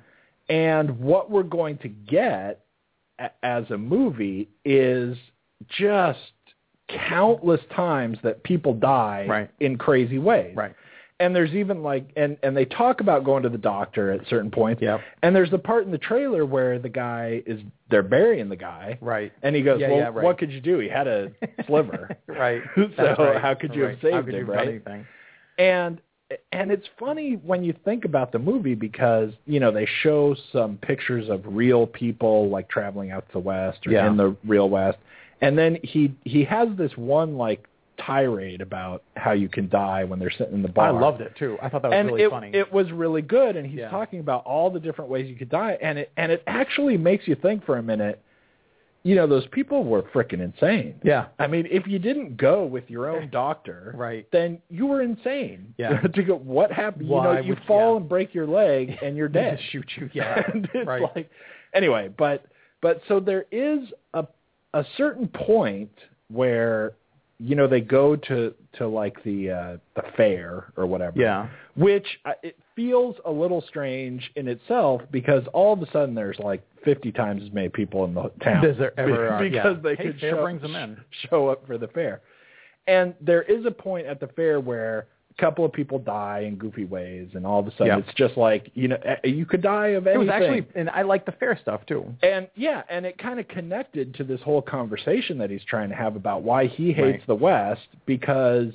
S2: and what we're going to get a- as a movie is just countless times that people die
S3: Right.
S2: in crazy ways.
S3: Right.
S2: And there's even like and and they talk about going to the doctor at certain points.
S3: Yep.
S2: And there's the part in the trailer where the guy is they're burying the guy.
S3: Right.
S2: And he goes,
S3: Yeah,
S2: "Well,
S3: yeah, right.
S2: what could you do? He had a sliver."
S3: (laughs) Right.
S2: (laughs) So
S3: That's right.
S2: how could you
S3: Right.
S2: have saved
S3: How could
S2: him,
S3: you have done
S2: right?
S3: anything?
S2: and and it's funny when you think about the movie because you know they show some pictures of real people like traveling out to the west or
S3: Yeah.
S2: in the real west and then he he has this one like tirade about how you can die when they're sitting in the
S3: I
S2: bar
S3: loved it too. I thought that was
S2: and
S3: really
S2: it,
S3: funny.
S2: it was really good and he's
S3: Yeah.
S2: talking about all the different ways you could die and it and it actually makes you think for a minute you know those people were freaking insane
S3: yeah.
S2: I mean, if you didn't go with your own doctor,
S3: Eh, Right.
S2: then you were insane.
S3: Yeah.
S2: (laughs) to go, what happened? you
S3: Why
S2: know, you
S3: would-
S2: fall
S3: yeah.
S2: and break your leg,
S3: (laughs)
S2: and you're
S3: They
S2: dead.
S3: just shoot you. Yeah.
S2: (laughs) And it's
S3: right.
S2: like- anyway, but but so there is a a certain point where you know they go to to like the uh, the fair or whatever.
S3: yeah.
S2: Which uh, it feels a little strange in itself because all of a sudden there's like 50 times as many people in the town.
S3: Does there
S2: (laughs)
S3: ever are-
S2: because
S3: yeah.
S2: they
S3: Hey,
S2: could
S3: fair
S2: show,
S3: brings 'em in.
S2: show up for the fair. And there is a point at the fair where a couple of people die in goofy ways, and all of a sudden
S3: Yeah.
S2: it's just like you know eh, you could die of
S3: It
S2: anything.
S3: was actually, and I like the fair stuff too.
S2: and yeah, and it kind of connected to this whole conversation that he's trying to have about why he hates
S3: Right.
S2: the West because.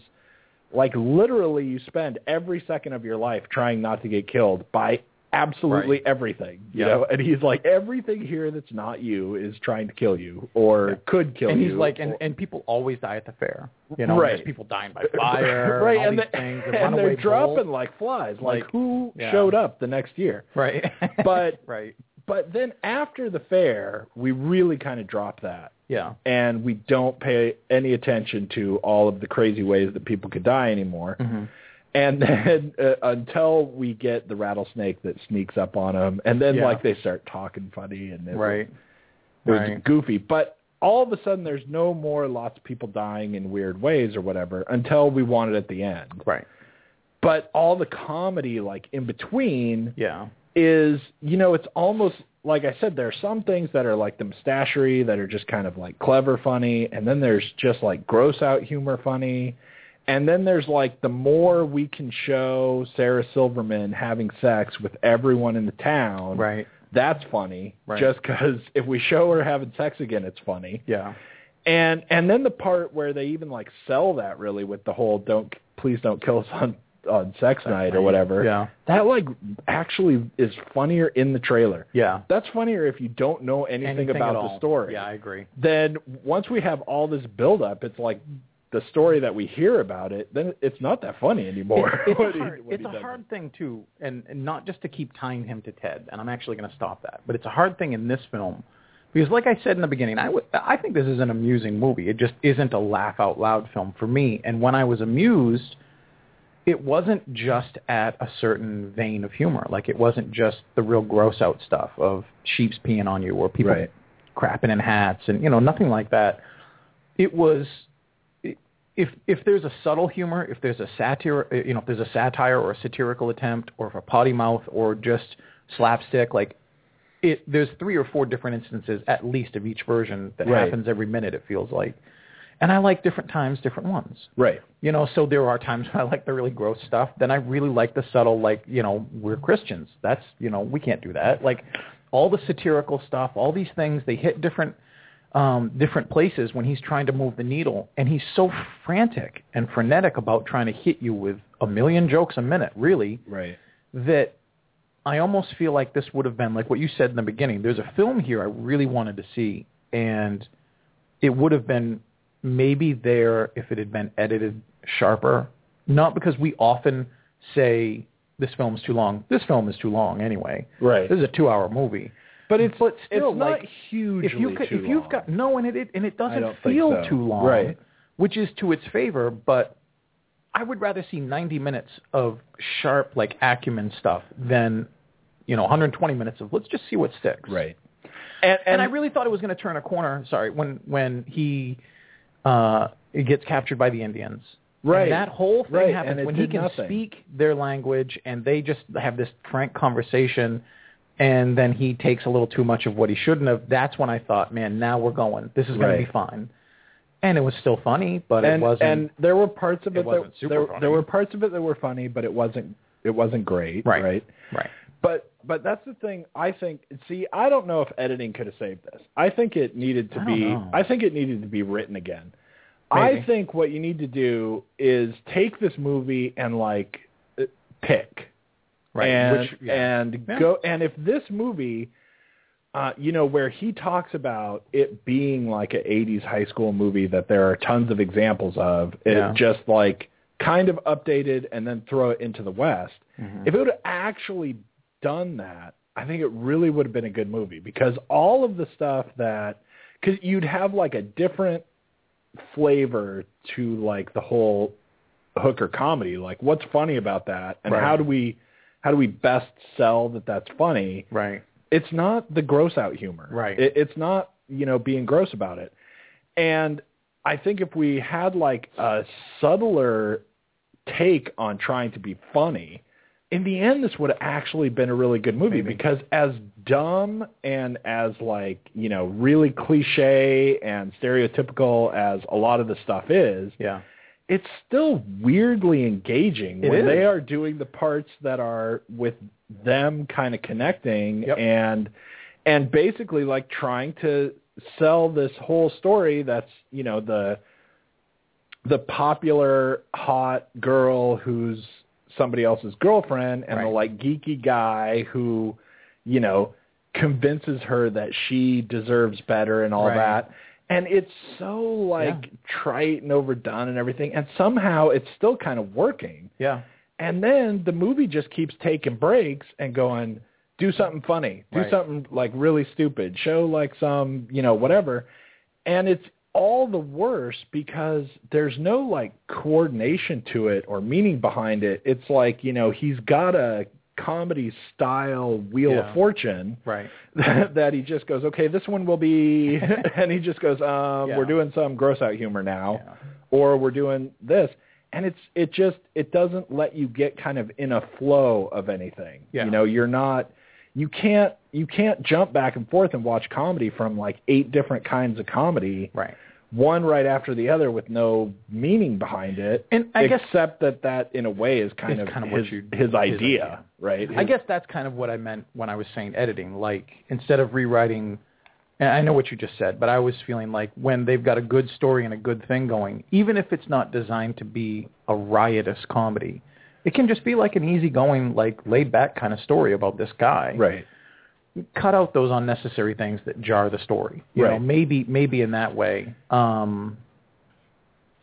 S2: Like literally, you spend every second of your life trying not to get killed by absolutely everything, you
S3: Yeah.
S2: know. And he's like, everything here that's not you is trying to kill you or
S3: Yeah.
S2: could kill
S3: and
S2: you.
S3: he's like, and,
S2: or-
S3: and people always die at the fair. You know,
S2: Right.
S3: there's people dying by fire,
S2: (laughs) right?
S3: And all
S2: and,
S3: these
S2: the-
S3: things,
S2: and
S3: runaway
S2: they're dropping
S3: bull.
S2: like flies. Like,
S3: Like,
S2: who
S3: yeah.
S2: showed up the
S3: (laughs)
S2: next year?
S3: right,
S2: (laughs) But-
S3: right,
S2: But then after the fair, we really kind of drop that,
S3: yeah,
S2: and we don't pay any attention to all of the crazy ways that people could die anymore.
S3: Mhm.
S2: And (laughs) then uh, until we get the rattlesnake that sneaks up on them, and then
S3: Yeah.
S2: like they start talking funny and it was-
S3: right,
S2: it was
S3: right,
S2: goofy. But all of a sudden, there's no more lots of people dying in weird ways or whatever until we want it at the end.
S3: right,
S2: but all the comedy like in between
S3: yeah,
S2: is you know it's almost like i said there are some things that are like the mustachery that are just kind of like clever funny and then there's just like gross out humor funny and then there's like the more we can show sarah silverman having sex with everyone in the town
S3: right,
S2: that's funny
S3: Right.
S2: just because if we show her having sex again it's funny
S3: yeah,
S2: and and then the part where they even like sell that really with the whole don't please don't kill us (laughs) on on sex night or whatever
S3: yeah,
S2: that like actually is funnier in the trailer
S3: yeah.
S2: that's funnier if you don't know anything,
S3: Anything
S2: about
S3: at
S2: the
S3: all.
S2: story
S3: Yeah, I agree.
S2: then once we have all this build up it's like the story that we hear about it then it's not that funny anymore
S3: It's a
S2: (laughs) What he-
S3: hard,
S2: what
S3: it's
S2: he
S3: a
S2: does.
S3: hard thing too, and, and not just to keep tying him to Ted. And I'm actually going to stop that, but it's a hard thing in this film because, like I said in the beginning, I w- I think this is an amusing movie. It just isn't a laugh out loud film for me. And when I was amused, it wasn't just at a certain vein of humor. Like it wasn't just the real gross out stuff of sheep's peeing on you or people
S2: Right.
S3: crapping in hats and you know nothing like that. It was if if there's a subtle humor, if there's a satire, uh, you know, if there's a satire or a satirical attempt, or if a potty mouth, or just slapstick, like it, there's three or four different instances at least of each version that
S2: Right.
S3: happens every minute. It feels like, and I like different times, different ones.
S2: right
S3: You know, so there are times (laughs) when I like the really gross stuff. Then I really like the subtle, like you know, we're Christians. That's you know, we can't do that. Like all the satirical stuff, all these things, they hit different um, different places when he's trying to move the needle, and he's so frantic and frenetic about trying to hit you with a million jokes a minute, really,
S2: Right.
S3: that I almost feel like this would have been like what you said in the beginning. There's a film here I really wanted to see, and it would have been maybe there if it had been edited sharper. Not because we often say this film's too long. This film is too long anyway.
S2: Right.
S3: This is a two-hour movie.
S2: But it's
S3: But still,
S2: it's not
S3: like,
S2: hugely
S3: if you could,
S2: too
S3: if you've
S2: long.
S3: got no, and it- it and it doesn't
S2: don't think
S3: feel
S2: so.
S3: too long,
S2: Right.
S3: Which is to its favor, but I would rather see 90 minutes of sharp like acumen stuff than you know 120 minutes of let's just see what sticks.
S2: right. And, and,
S3: And, I really thought it was going to turn a corner. Sorry, when when he uh, gets captured by the Indians.
S2: Right.
S3: And that whole thing
S2: Right, and
S3: happens
S2: it
S3: when he
S2: did
S3: can
S2: nothing.
S3: speak their language and they just have this frank conversation and then he takes a little too much of what he shouldn't have. That's when I thought, man, now we're going. This is going
S2: Right.
S3: to be fun. And it was still funny, but
S2: and,
S3: it wasn't.
S2: and there were parts of
S3: it
S2: it,
S3: wasn't
S2: that
S3: super
S2: there,
S3: funny.
S2: there were parts of it that were funny, but it wasn't it wasn't great.
S3: Right.
S2: Right.
S3: right.
S2: But but that's the thing. I think. See, I don't know if editing could have saved this. I think it needed to
S3: I don't
S2: be.
S3: know.
S2: I think it needed to be written again.
S3: Maybe.
S2: I think what you need to do is take this movie and like uh, pick
S3: Right.
S2: and
S3: Which, yeah.
S2: and
S3: Yeah.
S2: go and if this movie uh, you know where he talks about it being like a 80s high school movie that there are tons of examples of it
S3: Yeah.
S2: just like kind of updated and then throw it into the west
S3: Mm-hmm.
S2: if it would have actually done that i think it really would have been a good movie because all of the stuff that because you'd have like a different flavor to like the whole hooker comedy like what's funny about that and
S3: Right.
S2: how do we how do we best sell that that's funny
S3: right.
S2: it's not the gross out humor
S3: Right.
S2: it, it's not you know being gross about it and i think if we had like a subtler take on trying to be funny in the end this would have actually been a really good movie
S3: Maybe.
S2: because as dumb and as like you know really cliche and stereotypical as a lot of the stuff is
S3: Yeah.
S2: it's still weirdly engaging
S3: It
S2: when
S3: is.
S2: they are doing the parts that are with them kind of connecting
S3: Yep.
S2: and and basically like trying to sell this whole story that's you know the the popular hot girl who's somebody else's girlfriend and the
S3: Right.
S2: like geeky guy who you know convinces her that she deserves better and all
S3: Right.
S2: that and it's so like trite and overdone and everything and somehow it's still kind of working
S3: Yeah.
S2: and then the movie just keeps taking breaks and going do something funny do
S3: Right.
S2: something like really stupid show like some you know whatever and it's all the worse because there's no like coordination to it or meaning behind it it's like you know he's got a comedy style wheel
S3: Yeah.
S2: of fortune
S3: Right.
S2: (laughs) that, that he just goes, okay, this one will be, (laughs) and he just goes, um,
S3: Yeah.
S2: we're doing some gross out humor now,
S3: Yeah.
S2: or we're doing this, and it's it just it doesn't let you get kind of in a flow of anything.
S3: Yeah.
S2: You know, you're not, you can't you can't jump back and forth and watch comedy from like eight different kinds of comedy,
S3: Right.
S2: one right after the other with no meaning behind it.
S3: And I guess-
S2: except that that in a way is kind
S3: Is
S2: of
S3: kind of
S2: his,
S3: what you-
S2: his,
S3: his
S2: idea,
S3: idea.
S2: right?
S3: I
S2: His-
S3: guess that's kind of what I meant when I was saying editing. Like instead of rewriting, and I know what you just said, but I was feeling like when they've got a good story and a good thing going, even if it's not designed to be a riotous comedy, it can just be like an easygoing, like laid back kind of story about this guy.
S2: right.
S3: Cut out those unnecessary things that jar the story. You know,
S2: Right.
S3: maybe maybe in that way. Um,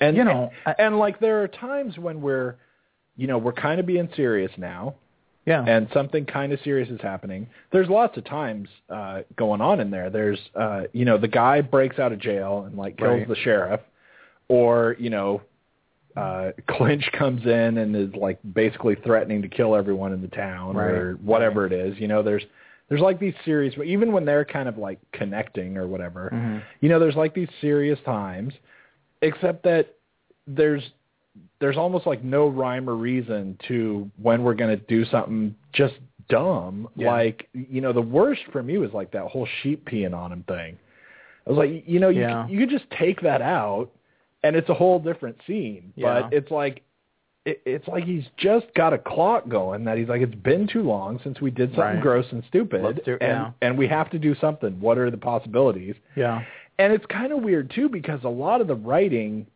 S2: And
S3: You know, I-
S2: and, like there are times when we're, you know, we're kind of being serious now,
S3: yeah.
S2: and something kind of serious is happening. There's lots of times uh, going on in there. There's, uh, you know, the guy breaks out of jail and like kills
S3: Right.
S2: the sheriff, or you know, uh, Clinch comes in and is like basically threatening to kill everyone in the town or
S3: Right.
S2: whatever it is. You know, there's there's like these serious, but even when they're kind of like connecting or whatever,
S3: Mhm.
S2: you know, there's like these serious times, except that there's there's almost like no rhyme or reason to when we're going to do something just dumb.
S3: Yeah.
S2: Like, you know, the worst for me was like that whole sheep peeing on him thing. I was like, you know, you,
S3: Yeah.
S2: you could just take that out and it's a whole different scene.
S3: Yeah.
S2: But it's like it, it's like he's just got a clock going that he's like, it's been too long since we did something
S3: Right.
S2: gross and stupid,
S3: Let's do it
S2: and
S3: now."
S2: and we have to do something. What are the possibilities?
S3: Yeah.
S2: And it's kind of weird too because a lot of the writing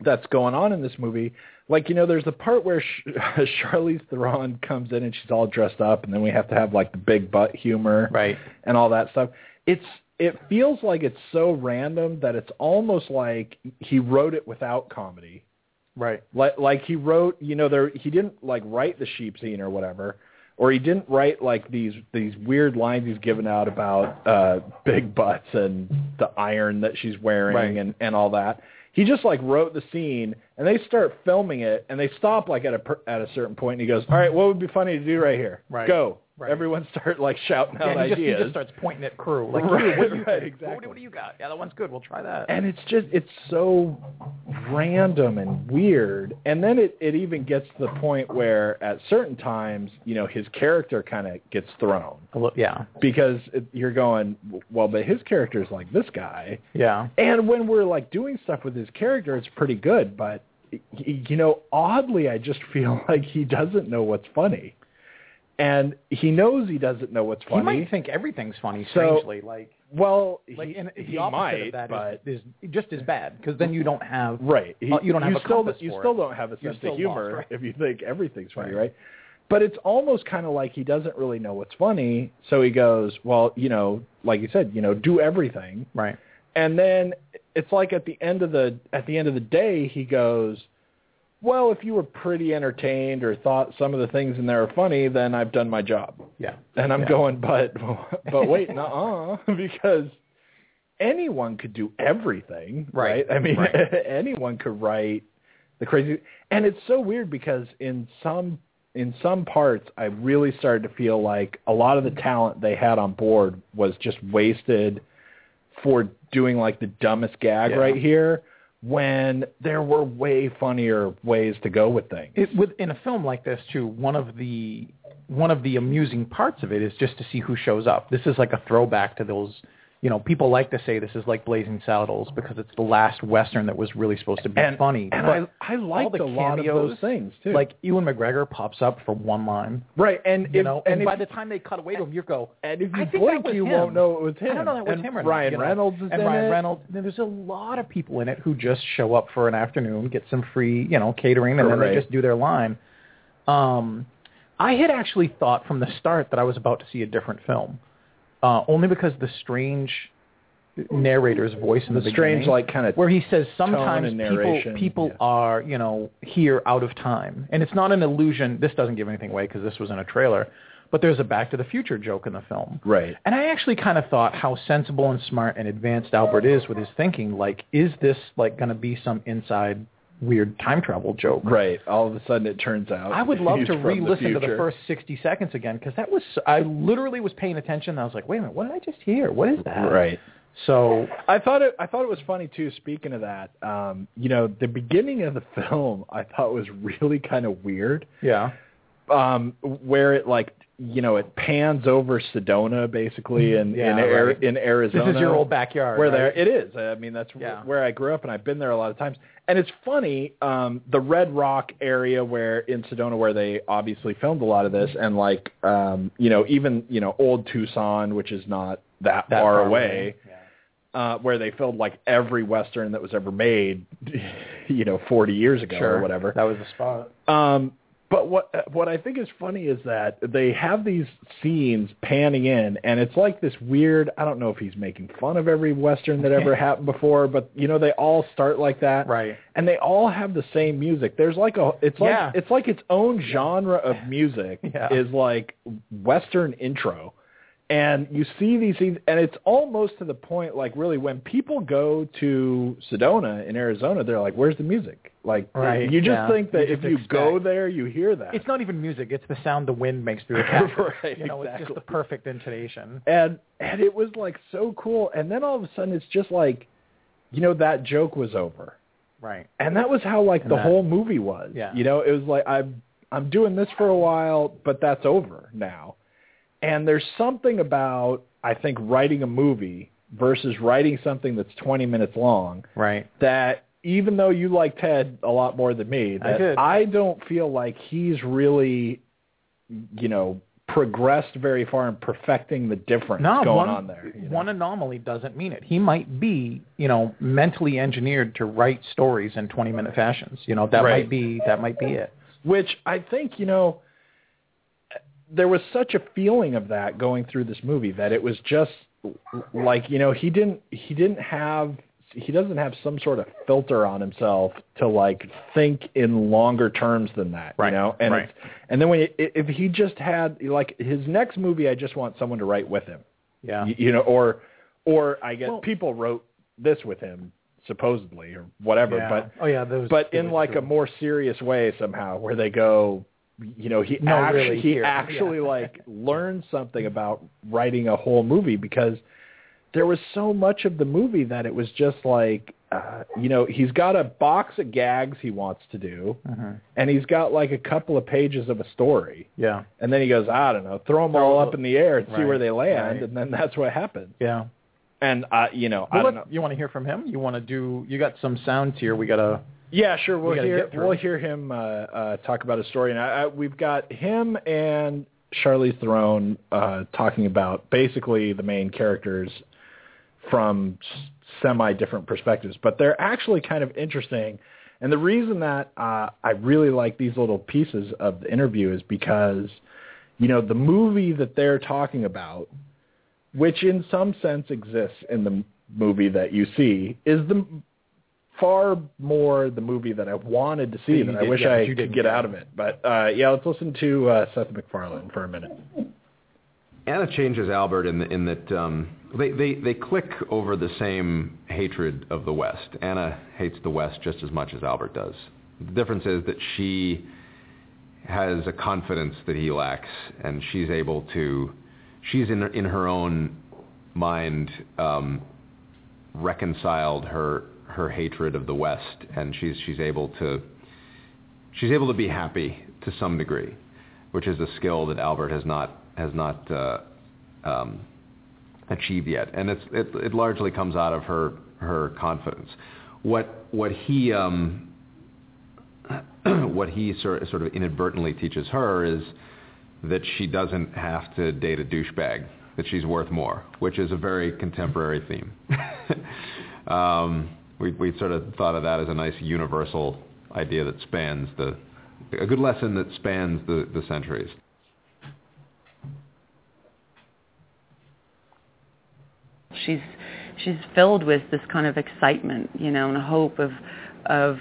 S2: that's going on in this movie, like you know, there's the part where Sh- (laughs) Charlize Theron comes in and she's all dressed up, and then we have to have like the big butt humor,
S3: Right.
S2: and all that stuff. It's it feels like it's so random that it's almost like he wrote it without comedy.
S3: Right.
S2: Like like he wrote, you know, there he didn't like write the sheep scene or whatever, or he didn't write like these these weird lines he's given out about uh big butts and the iron that she's wearing
S3: Right.
S2: and and all that. He just like wrote the scene and they start filming it and they stop like at a per- at a certain point and he goes, "All right, what would be funny to do right here?
S3: Right.
S2: Go."
S3: Right.
S2: Everyone (laughs) start like shouting out
S3: yeah, he just, he
S2: ideas.
S3: just starts pointing at crew. Like,
S2: (laughs) Right,
S3: "Hey, what do you
S2: right,
S3: think?
S2: exactly.
S3: What, do you got? Yeah, that one's good. We'll try that.
S2: and it's just it's so random and weird and then it, it even gets to the point where at certain times you know his character kind of gets thrown
S3: A little- yeah.
S2: because it, you're going well but his character is like this guy
S3: Yeah.
S2: and when we're like doing stuff with his character it's pretty good but y- you know oddly i just (laughs) feel like he doesn't know what's funny and he knows he doesn't know what's funny
S3: He might think everything's funny,
S2: So-
S3: strangely. like,
S2: well
S3: like
S2: he,
S3: and the
S2: he
S3: opposite
S2: might
S3: of that is
S2: but
S3: is just as bad because then you don't have
S2: Right. He-
S3: Uh, you don't have a
S2: still,
S3: compass
S2: You
S3: for
S2: still
S3: it.
S2: don't have a
S3: You're
S2: sense
S3: still
S2: of humor
S3: lost, right.
S2: if you think everything's funny, right? But it's almost kind of like he doesn't really know what's funny, so he goes, well, you know, like you said, you know, do everything.
S3: right
S2: And then it's like at the end of the at the end of the day, he goes, well, if you were pretty entertained or thought some of the things in there are funny, then I've done my job.
S3: yeah
S2: And I'm
S3: Yeah.
S2: going,
S3: (laughs)
S2: but but wait, uh uh, (laughs) because anyone could do everything, right?
S3: Right,
S2: I mean,
S3: right.
S2: (laughs) anyone could write the crazy. And it's so weird because in some in some parts, I really started to feel like a lot of the talent they had on board was just wasted for doing like the dumbest gag
S3: Yeah.
S2: right here when there were way funnier ways to go with things.
S3: it, with in a film like this too one of the one of the amusing parts of it is just to see who shows up this is like a throwback to those you know people like to say this is like blazing saddles because it's the last western that was really supposed to be
S2: And-
S3: funny
S2: and
S3: but
S2: I- I
S3: all
S2: liked
S3: the
S2: a lot of
S3: cameos,
S2: those things, too.
S3: like ewan mcgregor pops up for one line
S2: Right, and
S3: you
S2: if,
S3: know,
S2: and,
S3: and,
S2: if
S3: by the time they cut away to him, you go.
S2: and if
S3: "I
S2: you
S3: think
S2: blink,
S3: that was
S2: you
S3: him."
S2: won't know it was
S3: I
S2: him.
S3: don't know that was
S2: And
S3: him or not,
S2: Ryan
S3: you know.
S2: Reynolds is
S3: and
S2: in
S3: Ryan
S2: it.
S3: Reynolds. There's a lot of people in it who just show up for an afternoon, get some free, you know, catering, and then
S2: Right.
S3: they just do their line. Um, I had actually thought from the start that I was about to see a different film, uh, only because the strange narrator's voice in the,
S2: The strange,
S3: beginning,
S2: like, kinda
S3: where he says sometimes
S2: and
S3: people
S2: narration,
S3: people
S2: yeah.
S3: are you know here out of time and it's not an illusion this doesn't give anything away because this was in a trailer but there's a back to the future joke in the film
S2: Right.
S3: and i actually kind of thought how sensible and smart and advanced albert is with his thinking like is this like going to be some inside weird time travel joke
S2: Right. All of a sudden, it turns out.
S3: I would
S2: (laughs)
S3: love
S2: he's
S3: to
S2: from
S3: re-listen to the
S2: future.
S3: first 60 seconds again because that was I literally was paying attention. And I was like, wait a minute, what did I just hear? What is that?
S2: Right.
S3: So
S2: I thought it. I thought it was funny too. Speaking of that, um, you know, the beginning of the (laughs) film I thought was really kind of weird,
S3: yeah,
S2: um, where it like you know it pans over Sedona basically in
S3: Mm-hmm. Yeah,
S2: in, Ari-
S3: right.
S2: in Arizona.
S3: this is your old backyard.
S2: where
S3: right?
S2: there it is. I mean, that's
S3: Yeah.
S2: where I grew up, and I've been there a lot of times. And it's funny, um, the Red Rock area where in Sedona, where they obviously filmed a lot of this, and like um, you know, even you know, old Tucson, which is not that,
S3: That
S2: far,
S3: far
S2: away,
S3: away,
S2: uh, where they filmed like every western that was ever made, (laughs) you know, forty years ago or whatever.
S3: That was the spot.
S2: Um, but what what I think is funny is that they have these scenes panning in, and it's like this weird. I don't know if he's making fun of every western
S3: (laughs)
S2: that ever happened before, but you know they all start like that,
S3: Right.
S2: And they all have the same music. There's like a it's like
S3: Yeah.
S2: it's like its own
S3: (laughs)
S2: genre of music
S3: Yeah.
S2: is like western intro. And you see these scenes, and it's almost to the point, like really, when people go to Sedona in Arizona, they're like, "Where's the music?" Like,
S3: Right,
S2: you just
S3: yeah.
S2: think that
S3: You
S2: if
S3: just
S2: you go
S3: expect.
S2: there, you hear that.
S3: It's not even music. It's the sound the wind makes
S2: (laughs)
S3: through the cactus.
S2: Right,
S3: you know, it's
S2: exactly.
S3: just the perfect intonation.
S2: and and it was like so cool. And then all of a sudden, it's just like, you know, that joke was over,
S3: Right.
S2: and that was how like the
S3: that-
S2: whole movie was.
S3: Yeah.
S2: You know, it was like I'm I'm doing this for a while, but that's over now. And there's something about I think writing a movie versus writing something that's 20 minutes long
S3: Right.
S2: that even though you like Ted a lot more than me,
S3: I
S2: that
S3: did.
S2: I don't feel like he's really, you know, progressed very far in perfecting the difference
S3: No,
S2: going
S3: one,
S2: on there. you know?
S3: one anomaly doesn't mean it. He might be, you know, mentally engineered to write stories in 20-minute fashions. You know, that
S2: Right.
S3: might be that might be it.
S2: which I think you know there was such a feeling of that going through this movie that it was just like you know he didn't he didn't have he doesn't have some sort of filter on himself to like think in longer terms than that
S3: Right,
S2: you know and
S3: right.
S2: it's- and then when he, if he just had like his next movie I just want someone to write with him
S3: Yeah.
S2: Y- you know or or I guess
S3: Well-
S2: people wrote this with him supposedly or whatever
S3: Yeah.
S2: but
S3: oh yeah, those
S2: but
S3: those
S2: in like a
S3: true.
S2: more serious way somehow where they go you know he
S3: No,
S2: actually
S3: really,
S2: he
S3: here.
S2: actually
S3: Yeah.
S2: like learned something about writing a whole movie because there was so much of the movie that it was just like uh, you know he's got a box of gags he wants to do
S3: Mhm.
S2: and he's got like a couple of pages of a story
S3: Yeah.
S2: and then he goes i don't know throw them
S3: Throw
S2: all
S3: them-
S2: up in the air and see
S3: Right,
S2: where they land
S3: right.
S2: and then that's what happens
S3: Yeah.
S2: and i you know i
S3: Well,
S2: don't know
S3: let- you want to hear from him? You want to do? You got some sounds here. We got to.
S2: Yeah, sure. We'll
S3: gotta
S2: hear
S3: get through
S2: we'll
S3: it.
S2: hear him uh, uh, talk about his story, and I, I, we've got him and Charlize Theron uh, talking about basically the main characters from semi different perspectives, but they're actually kind of interesting. And the reason that uh, I really like these little pieces of the interview is because, you know, the movie that they're talking about, which in some sense exists in the m- movie that you see, is the far more the movie that I wanted to see
S3: You
S2: that I
S3: did,
S2: wish
S3: yeah,
S2: I
S3: but you
S2: could
S3: didn't,
S2: get
S3: yeah.
S2: out of it. But uh, yeah, let's listen to uh, Seth MacFarlane for a minute.
S4: Anna changes Albert in, the, in that um, they, they, they click over the same hatred of the West. Anna hates the West just as much as Albert does. The difference is that she has a confidence that he lacks, and she's able to, she's in, in her own mind um, reconciled her, her hatred of the West, and she's, she's able to she's able to be happy to some degree, which is a skill that Albert has not has not uh, um, achieved yet, and it's it, it largely comes out of her her confidence. What what he um, (clears throat) what he sort sort of inadvertently teaches her is that she doesn't have to date a douchebag, that she's worth more, which is a very contemporary theme. (laughs) um, we, we sort of thought of that as a nice universal idea that spans the, a good lesson that spans the, the centuries.
S5: She's she's filled with this kind of excitement, you know, and a hope of of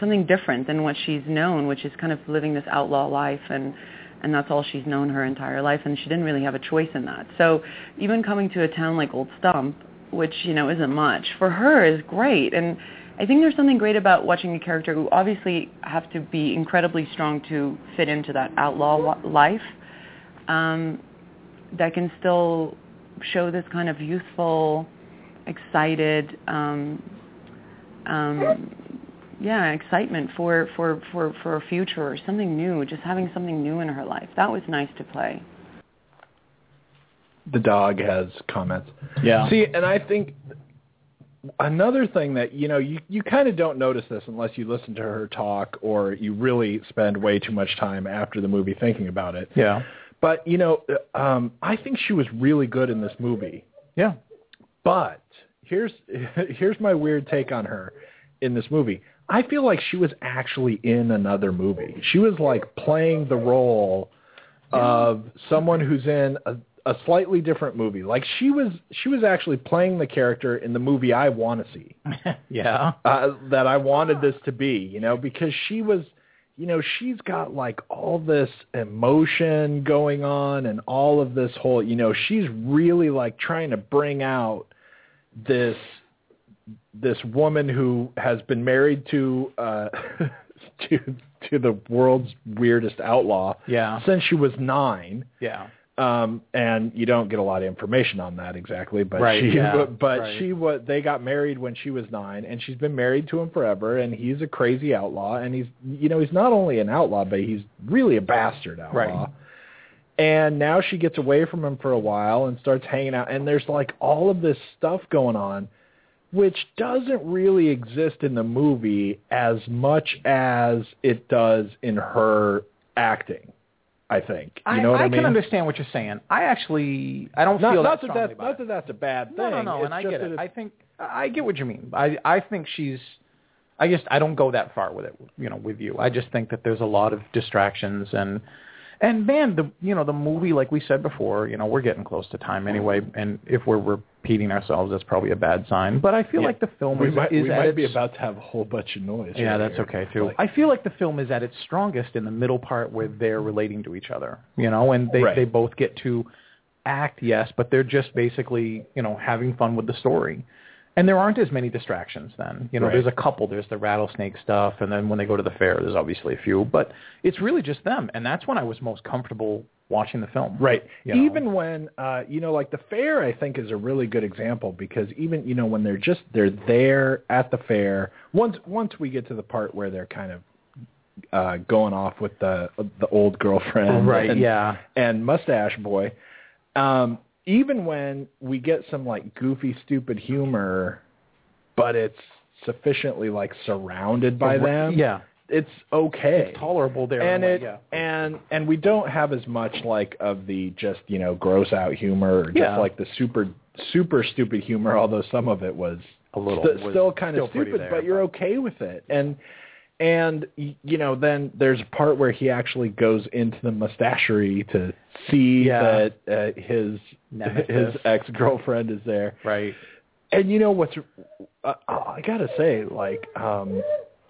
S5: something different than what she's known, which is kind of living this outlaw life and and that's all she's known her entire life and she didn't really have a choice in that. So even coming to a town like Old Stump, which, you know, isn't much, for her is great and I think there's something great about watching a character who obviously have to be incredibly strong to fit into that outlaw wa- life. Um, that can still show this kind of youthful, excited, um, um, yeah, excitement for, for, for, for a future or something new, just having something new in her life. That was nice to play.
S2: The dog has comments.
S3: Yeah.
S2: See, and I think another thing that you know you you kind of don't notice this unless you listen to her talk or you really spend way too much time after the movie thinking about it.
S3: Yeah.
S2: But you know, um, I think she was really good in this movie.
S3: Yeah.
S2: But here's (laughs) here's my weird take on her in this movie. I feel like she was actually in another movie. She was like playing the role of someone who's in a, a slightly different movie. Like she was she was actually playing the character in the movie I want to see
S3: Yeah.
S2: uh, that (laughs) I wanted this to be, you know, because she was, you know, she's got like all this emotion going on and all of this whole, you know, she's really like trying to bring out this this woman who has been married to uh (laughs) to to the world's weirdest outlaw
S3: Yeah.
S2: since she was 9
S3: Yeah.
S2: um and you don't get a lot of information on that exactly but
S3: Right,
S2: she
S3: yeah,
S2: but, (laughs) but
S3: right.
S2: she was they got married when she was 9 and she's been married to him forever and he's a crazy outlaw and he's you know he's not only an outlaw but he's really a bastard outlaw
S3: Right.
S2: and now she gets away from him for a while and starts hanging out and there's like all of this stuff going on which doesn't really exist in the movie as much as it does in her acting. I think you
S3: I,
S2: know what I,
S3: can
S2: mean.
S3: understand what you're saying. I actually I don't
S2: Not,
S3: feel that
S2: not that
S3: strongly
S2: that's,
S3: about
S2: not
S3: it.
S2: that that's a bad thing.
S3: No, no, no,
S2: It's
S3: and I
S2: just
S3: get
S2: that
S3: it.
S2: it's-
S3: I think I get what you mean. I I think she's. I just I don't go that far with it. You know, with you, I just think that there's a lot of distractions and and man, the you know the movie, like we said before, you know we're getting close to time anyway, and if we're repeating ourselves, that's probably a bad sign. But I feel
S2: Yeah.
S3: like the film
S2: we
S3: is,
S2: might,
S3: is
S2: we
S3: at
S2: might
S3: its,
S2: be about to have a whole bunch of noise.
S3: yeah,
S2: right
S3: that's
S2: here.
S3: okay too.
S2: Like-
S3: I feel like the film is at its strongest in the middle part where they're relating to each other, you know, and they
S2: Right.
S3: they both get to act, yes, but they're just basically, you know, having fun with the story. And there aren't as many distractions then. You know,
S2: Right.
S3: there's a couple, there's the rattlesnake stuff and then when they go to the fair, there's obviously a few, but it's really just them and that's when I was most comfortable watching the film.
S2: Right.
S3: you know?
S2: Even when uh, you know, like the fair, I think is a really good example because even you know when they're just they're there at the fair. Once once we get to the part where they're kind of uh, going off with the the old girlfriend,
S3: Right,
S2: And,
S3: yeah.
S2: and mustache boy. Um, even when we get some like goofy, stupid humor, but it's sufficiently like surrounded by them.
S3: Yeah.
S2: It's okay.
S3: It's tolerable there. in
S2: And
S3: a way,
S2: it
S3: yeah.
S2: and and we don't have as much like of the just you know gross out humor, or just
S3: Yeah.
S2: like the super super stupid humor. Although some of it was
S3: A little-
S2: st-
S3: was
S2: still kind
S3: still
S2: of
S3: pretty
S2: stupid,
S3: there,
S2: but you're okay with it. And and y- you know then there's a part where he actually goes into the mustachery to see
S3: Yeah.
S2: that uh, his
S3: Nemesis.
S2: his ex girlfriend is there.
S3: Right.
S2: And you know what's uh, I got to say like um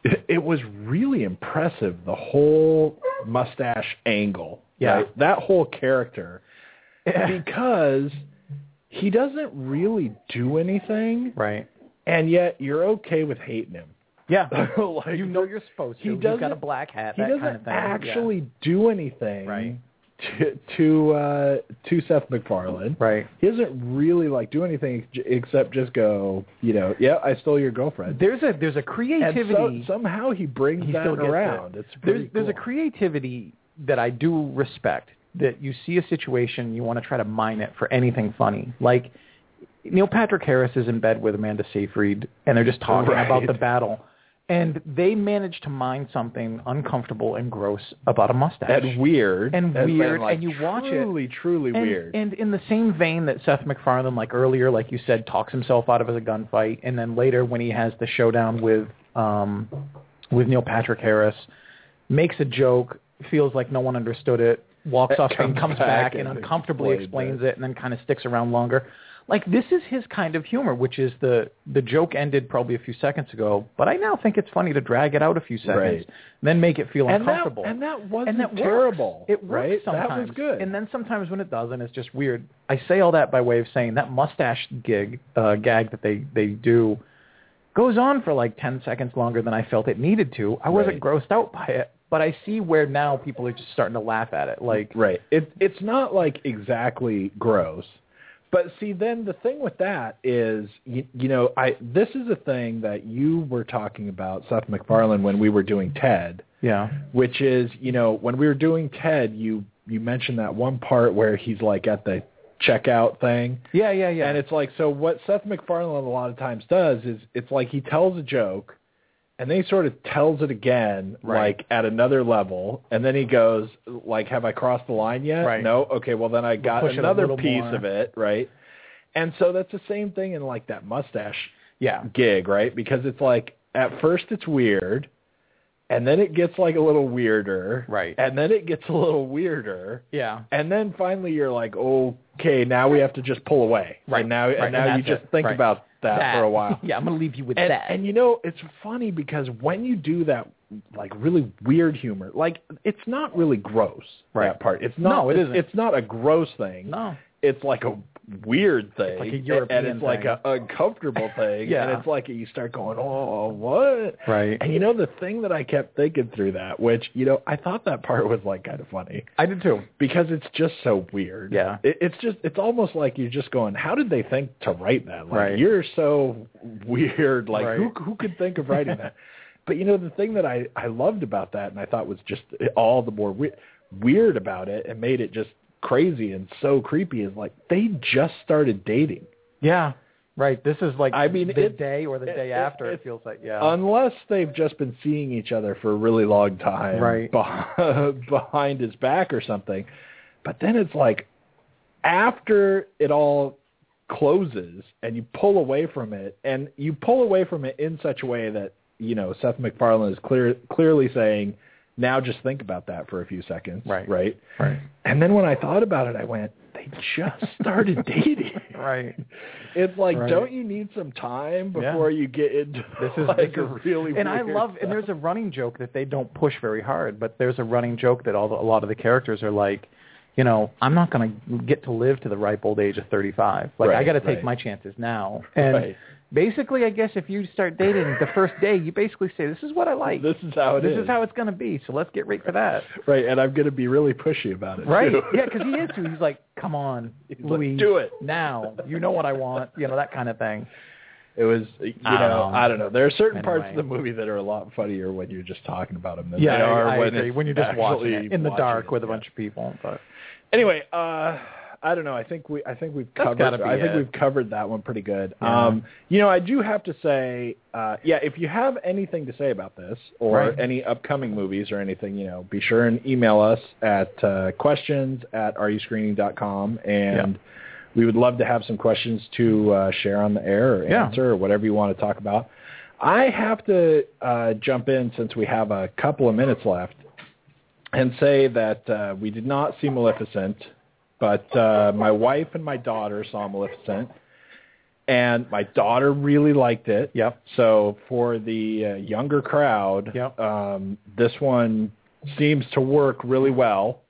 S2: it, it was really impressive the whole mustache angle.
S3: Yeah.
S2: right? That whole character because he doesn't really do anything
S3: Right.
S2: and yet you're okay with hating him.
S3: Yeah.
S2: (laughs) Like,
S3: you know you're supposed to.
S2: he
S3: He's got a
S2: doesn't-
S3: black hat.
S2: he
S3: that
S2: doesn't
S3: kind of thing. Yeah.
S2: actually do anything
S3: Right.
S2: to to, uh, to Seth MacFarlane.
S3: Right.
S2: He doesn't really like do anything ex- except just go, you know, yeah, I stole your girlfriend.
S3: There's a there's a
S2: And
S3: creativity.
S2: so, somehow he brings
S3: he
S2: that
S3: still gets
S2: around.
S3: it.
S2: It's
S3: there's
S2: pretty
S3: there's a
S2: cool.
S3: creativity that I do respect. That you see a situation, you want to try to mine it for anything funny. Like Neil Patrick Harris is in bed with Amanda Seyfried, and they're just talking
S2: Right.
S3: about the battle. And they manage to mine something uncomfortable and gross about a mustache.
S2: and weird
S3: and
S2: then,
S3: weird,
S2: like,
S3: and you watch it,
S2: truly, truly
S3: and,
S2: weird.
S3: And in the same vein that Seth MacFarlane, like earlier, like you said, talks himself out of a gunfight, and then later when he has the showdown with um, with Neil Patrick Harris, makes a joke, feels like no one understood it, walks
S2: And
S3: off and
S2: comes
S3: comes
S2: back
S3: back and,
S2: and
S3: uncomfortably
S2: explains
S3: explains it. and then kind of sticks around longer. Like this is his kind of humor, which is the the joke ended probably a few seconds ago, but I now think it's funny to drag it out a few seconds,
S2: Right.
S3: then make it feel
S2: And that-
S3: uncomfortable.
S2: and that wasn't
S3: and that works.
S2: terrible,
S3: It works
S2: right? That was
S3: sometimes.
S2: good.
S3: And then sometimes when it doesn't, it's just weird. I say all that by way of saying that mustache gig uh, gag that they they do goes on for like ten seconds longer than I felt it needed to. I wasn't grossed out by it, but I see where now people are just starting to laugh at it. Like
S2: Right. It it's not like exactly gross. But see then the thing with that is you, you know, I this is a thing that you were talking about Seth MacFarlane when we were doing Ted,
S3: yeah,
S2: which is, you know, when we were doing Ted, you you mentioned that one part where he's like at the checkout thing.
S3: yeah, yeah, yeah.
S2: And it's like so what Seth MacFarlane a lot of times does is it's like he tells a joke and then he sort of tells it again
S3: Right.
S2: like at another level and then he goes like have I crossed the line yet?
S3: Right.
S2: No. Okay, well then I got
S3: push it a
S2: another
S3: little
S2: piece
S3: more.
S2: of it, right? And so that's the same thing in like that mustache
S3: yeah,
S2: gig, right? Because it's like at first it's weird and then it gets like a little weirder.
S3: Right.
S2: And then it gets a little weirder.
S3: yeah.
S2: And then finally you're like, okay, now we have to just pull away.
S3: Right,
S2: And now,
S3: right,
S2: and now
S3: and
S2: you
S3: that's
S2: just
S3: it,
S2: think
S3: right.
S2: about that, for
S3: (laughs)
S2: a while.
S3: yeah, I'm gonna leave you with
S2: And,
S3: that.
S2: and you know, it's funny because when you do that, like really weird humor, like it's not really gross.
S3: Right.
S2: That part, it's not.
S3: No, it
S2: it's,
S3: isn't.
S2: It's not a gross thing.
S3: No.
S2: It's like a weird thing.
S3: like a European
S2: and it's like
S3: thing. (laughs)
S2: a uncomfortable thing.
S3: Yeah.
S2: And it's like you start going, oh, what?
S3: Right.
S2: And you know, the thing that I kept thinking through that, which you know, I thought that part was like kind of funny
S3: I did too.
S2: because it's just so weird.
S3: Yeah.
S2: It, it's just it's almost like you're just going, how did they think to write that? Like
S3: Right.
S2: you're so weird. Like
S3: Right.
S2: who who could think of writing
S3: (laughs)
S2: that? But you know the thing that I I loved about that and I thought was just all the more we- weird about it and made it just crazy and so creepy is like they just started dating.
S3: Yeah, Right. This is like
S2: I mean,
S3: the
S2: it-
S3: day or the
S2: it-
S3: day
S2: it-
S3: after. It,
S2: it-
S3: feels like yeah.
S2: Unless they've just been seeing each other for a really long time,
S3: Right.
S2: beh- (laughs) behind his back or something. But then it's like after it all closes and you pull away from it, and you pull away from it in such a way that you know Seth MacFarlane is clear clearly saying, "Now just think about that for a few seconds."
S3: Right.
S2: Right.
S3: right.
S2: And then when I thought about it, I went, "They just started (laughs) dating."
S3: Right.
S2: It's like,
S3: Right.
S2: don't you need some time
S3: Yeah.
S2: before you get into (laughs)
S3: This is
S2: like
S3: this
S2: a
S3: is-
S2: really
S3: and I
S2: weird
S3: love
S2: stuff.
S3: and there's a running joke that they don't push very hard, but there's a running joke that all the, a lot of the characters are like, you know, I'm not going to get to live to the ripe old age of 35. Like I
S2: Right,
S3: got to take
S2: right.
S3: my chances now. And
S2: Right.
S3: basically, I guess if you start dating the first day, you basically say, this is what I like.
S2: This is how it
S3: this
S2: is.
S3: is how it's going to be. So let's get right for
S2: (laughs)
S3: that.
S2: right, and I'm going to be really pushy about it.
S3: Right.
S2: too.
S3: Yeah, because he is too. He's like, come on,
S2: like,
S3: Louis.
S2: "Do it."
S3: Now. You know what I want. You know, that kind of thing.
S2: it was, you
S3: I don't
S2: know,
S3: know.
S2: I don't know. There are certain parts of
S3: Anyway.
S2: the movie that are a lot funnier when you're just talking about them than
S3: Yeah,
S2: they are
S3: I, I
S2: when
S3: agree.
S2: it's
S3: When you're just watching
S2: actually
S3: it in the
S2: watching
S3: dark
S2: it,
S3: with a
S2: yeah.
S3: bunch of people. But
S2: Anyway, uh, I don't know. I think we I think we've
S3: That's
S2: covered
S3: gotta be
S2: I think
S3: it.
S2: we've covered that one pretty good.
S3: Yeah.
S2: Um, you know, I do have to say, uh, yeah, if you have anything to say about this or
S3: Right.
S2: any upcoming movies or anything, you know, be sure and email us at uh, questions at areyouscreening.com and we would love to have some questions to uh, share on the air or
S3: Yeah.
S2: answer or whatever you want to talk about. I have to uh, jump in since we have a couple of minutes left and say that uh, we did not see Maleficent, but uh, my wife and my daughter saw Maleficent, and my daughter really liked it.
S3: Yep.
S2: So for the uh, younger crowd,
S3: Yep.
S2: um, this one seems to work really well.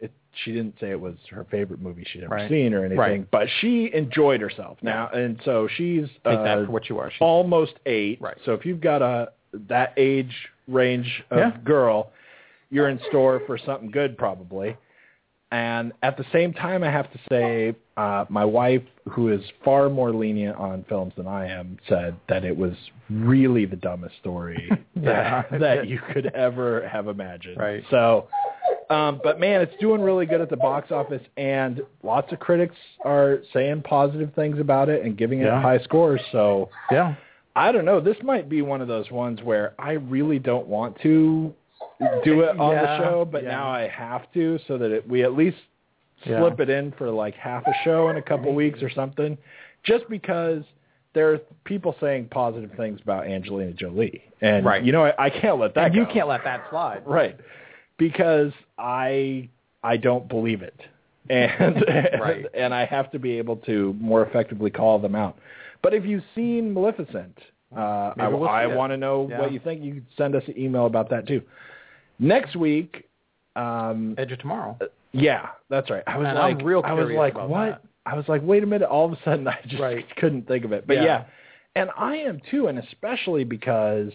S2: It, she didn't say it was her favorite movie she'd ever
S3: Right.
S2: seen or anything,
S3: Right.
S2: but she enjoyed herself now, and so she's
S3: take
S2: uh,
S3: that for what you are. She's
S2: almost eight.
S3: Right.
S2: So if you've got a that age range of
S3: Yeah.
S2: girl, you're in store for something good probably. And at the same time, I have to say, uh, my wife, who is far more lenient on films than I am, said that it was really the dumbest
S3: (laughs)
S2: story
S3: Yeah.
S2: that, that you could ever have imagined.
S3: Right.
S2: So, um, but man, it's doing really good at the box office, and lots of critics are saying positive things about it and giving
S3: Yeah.
S2: it high scores. So,
S3: Yeah.
S2: I don't know. This might be one of those ones where I really don't want to do it on
S3: (laughs) Yeah,
S2: the show, but
S3: yeah.
S2: now I have to, so that it, we at least
S3: Yeah.
S2: slip it in for like half a show in a couple weeks or something, just because there are people saying positive things about Angelina Jolie, and
S3: Right.
S2: you know I, I can't let that
S3: And you
S2: go.
S3: can't let that slide.
S2: (laughs) right because I I don't believe it, and
S3: (laughs) Right.
S2: and I have to be able to more effectively call them out. But if you've seen Maleficent, uh, I,
S3: Maybe we'll see
S2: I
S3: it.
S2: want to know
S3: Yeah.
S2: what you think. You can send us an email about that too. Next week, um,
S3: Edge of tomorrow.
S2: yeah, that's right. I was
S3: And I'm
S2: like,
S3: real
S2: I was
S3: curious
S2: like,
S3: about
S2: what?
S3: that.
S2: I was like, wait a minute. All of a sudden, I just
S3: Right.
S2: (laughs) couldn't think of it. But
S3: Yeah.
S2: yeah. and I am too, and especially because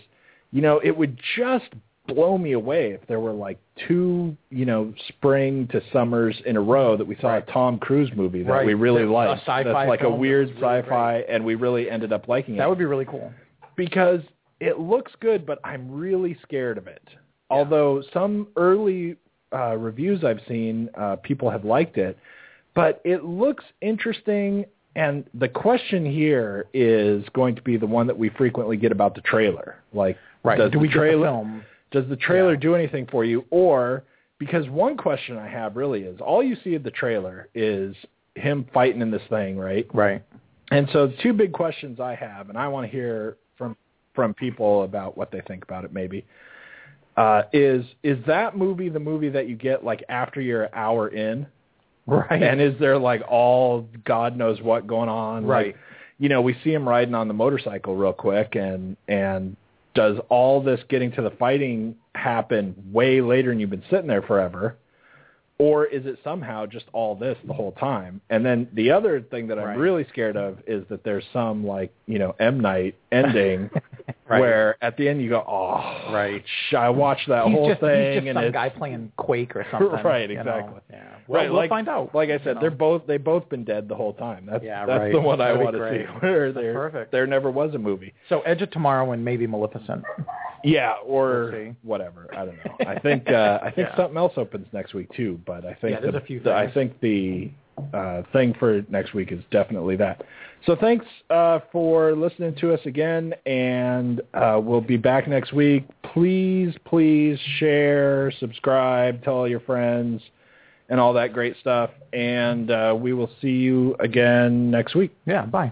S2: you know it would just blow me away if there were like two you know spring to summers in a row that we saw
S3: Right.
S2: a Tom Cruise movie that
S3: Right.
S2: we really
S3: That's a
S2: liked.
S3: sci-fi
S2: That's like a
S3: film that
S2: weird
S3: was really
S2: sci-fi, and we really ended up liking
S3: That
S2: it
S3: would be really cool.
S2: because it looks good, but I'm really scared of it. Although some early uh, reviews I've seen, uh, people have liked it, but it looks interesting. And the question here is going to be the one that we frequently get about the trailer. Like,
S3: Right.
S2: does
S3: Do
S2: the
S3: we get the
S2: trailer,
S3: film?
S2: Does the trailer
S3: Yeah.
S2: do anything for you, or because one question I have really is all you see of the trailer is him fighting in this thing, right?
S3: Right.
S2: And so two big questions I have, and I want to hear from from people about what they think about it. Maybe uh, is is that movie the movie that you get like after you're an hour in,
S3: Right.
S2: (laughs) and is there like all God knows what going on? Like,
S3: Right.
S2: you know, we see him riding on the motorcycle real quick, and and does all this getting to the fighting happen way later, and you've been sitting there forever? or is it somehow just all this the whole time? And then the other thing that I'm
S3: Right.
S2: really scared of is that there's some like you know M Night ending
S3: (laughs) Right.
S2: where at the end you go, oh,
S3: Right.
S2: sh- I watched that
S3: he's
S2: whole
S3: just,
S2: thing
S3: he's just
S2: and
S3: some
S2: it's
S3: guy playing Quake or something.
S2: (laughs) right,
S3: you know?
S2: exactly.
S3: Yeah. Well,
S2: right,
S3: we'll
S2: like,
S3: find out.
S2: Like I
S3: you
S2: said,
S3: know.
S2: they're both they both been dead the whole time. That's
S3: Yeah,
S2: that's
S3: right.
S2: the one I
S3: That'd be
S2: want to see
S3: great.
S2: (laughs) where
S3: That's
S2: there
S3: perfect.
S2: there never was a movie.
S3: so Edge of Tomorrow and maybe Maleficent.
S2: Yeah,
S3: We'll
S2: or
S3: see.
S2: whatever. I don't know. I think uh, I think
S3: (laughs) Yeah.
S2: something else opens next week too, but I think
S3: Yeah, there's
S2: the-
S3: a few
S2: the- I
S3: things.
S2: think the uh, thing for next week is definitely that. So thanks uh, for listening to us again, and uh, we'll be back next week. Please, please share, subscribe, tell all your friends, and all that great stuff. And uh, we will see you again next week.
S3: Yeah, bye.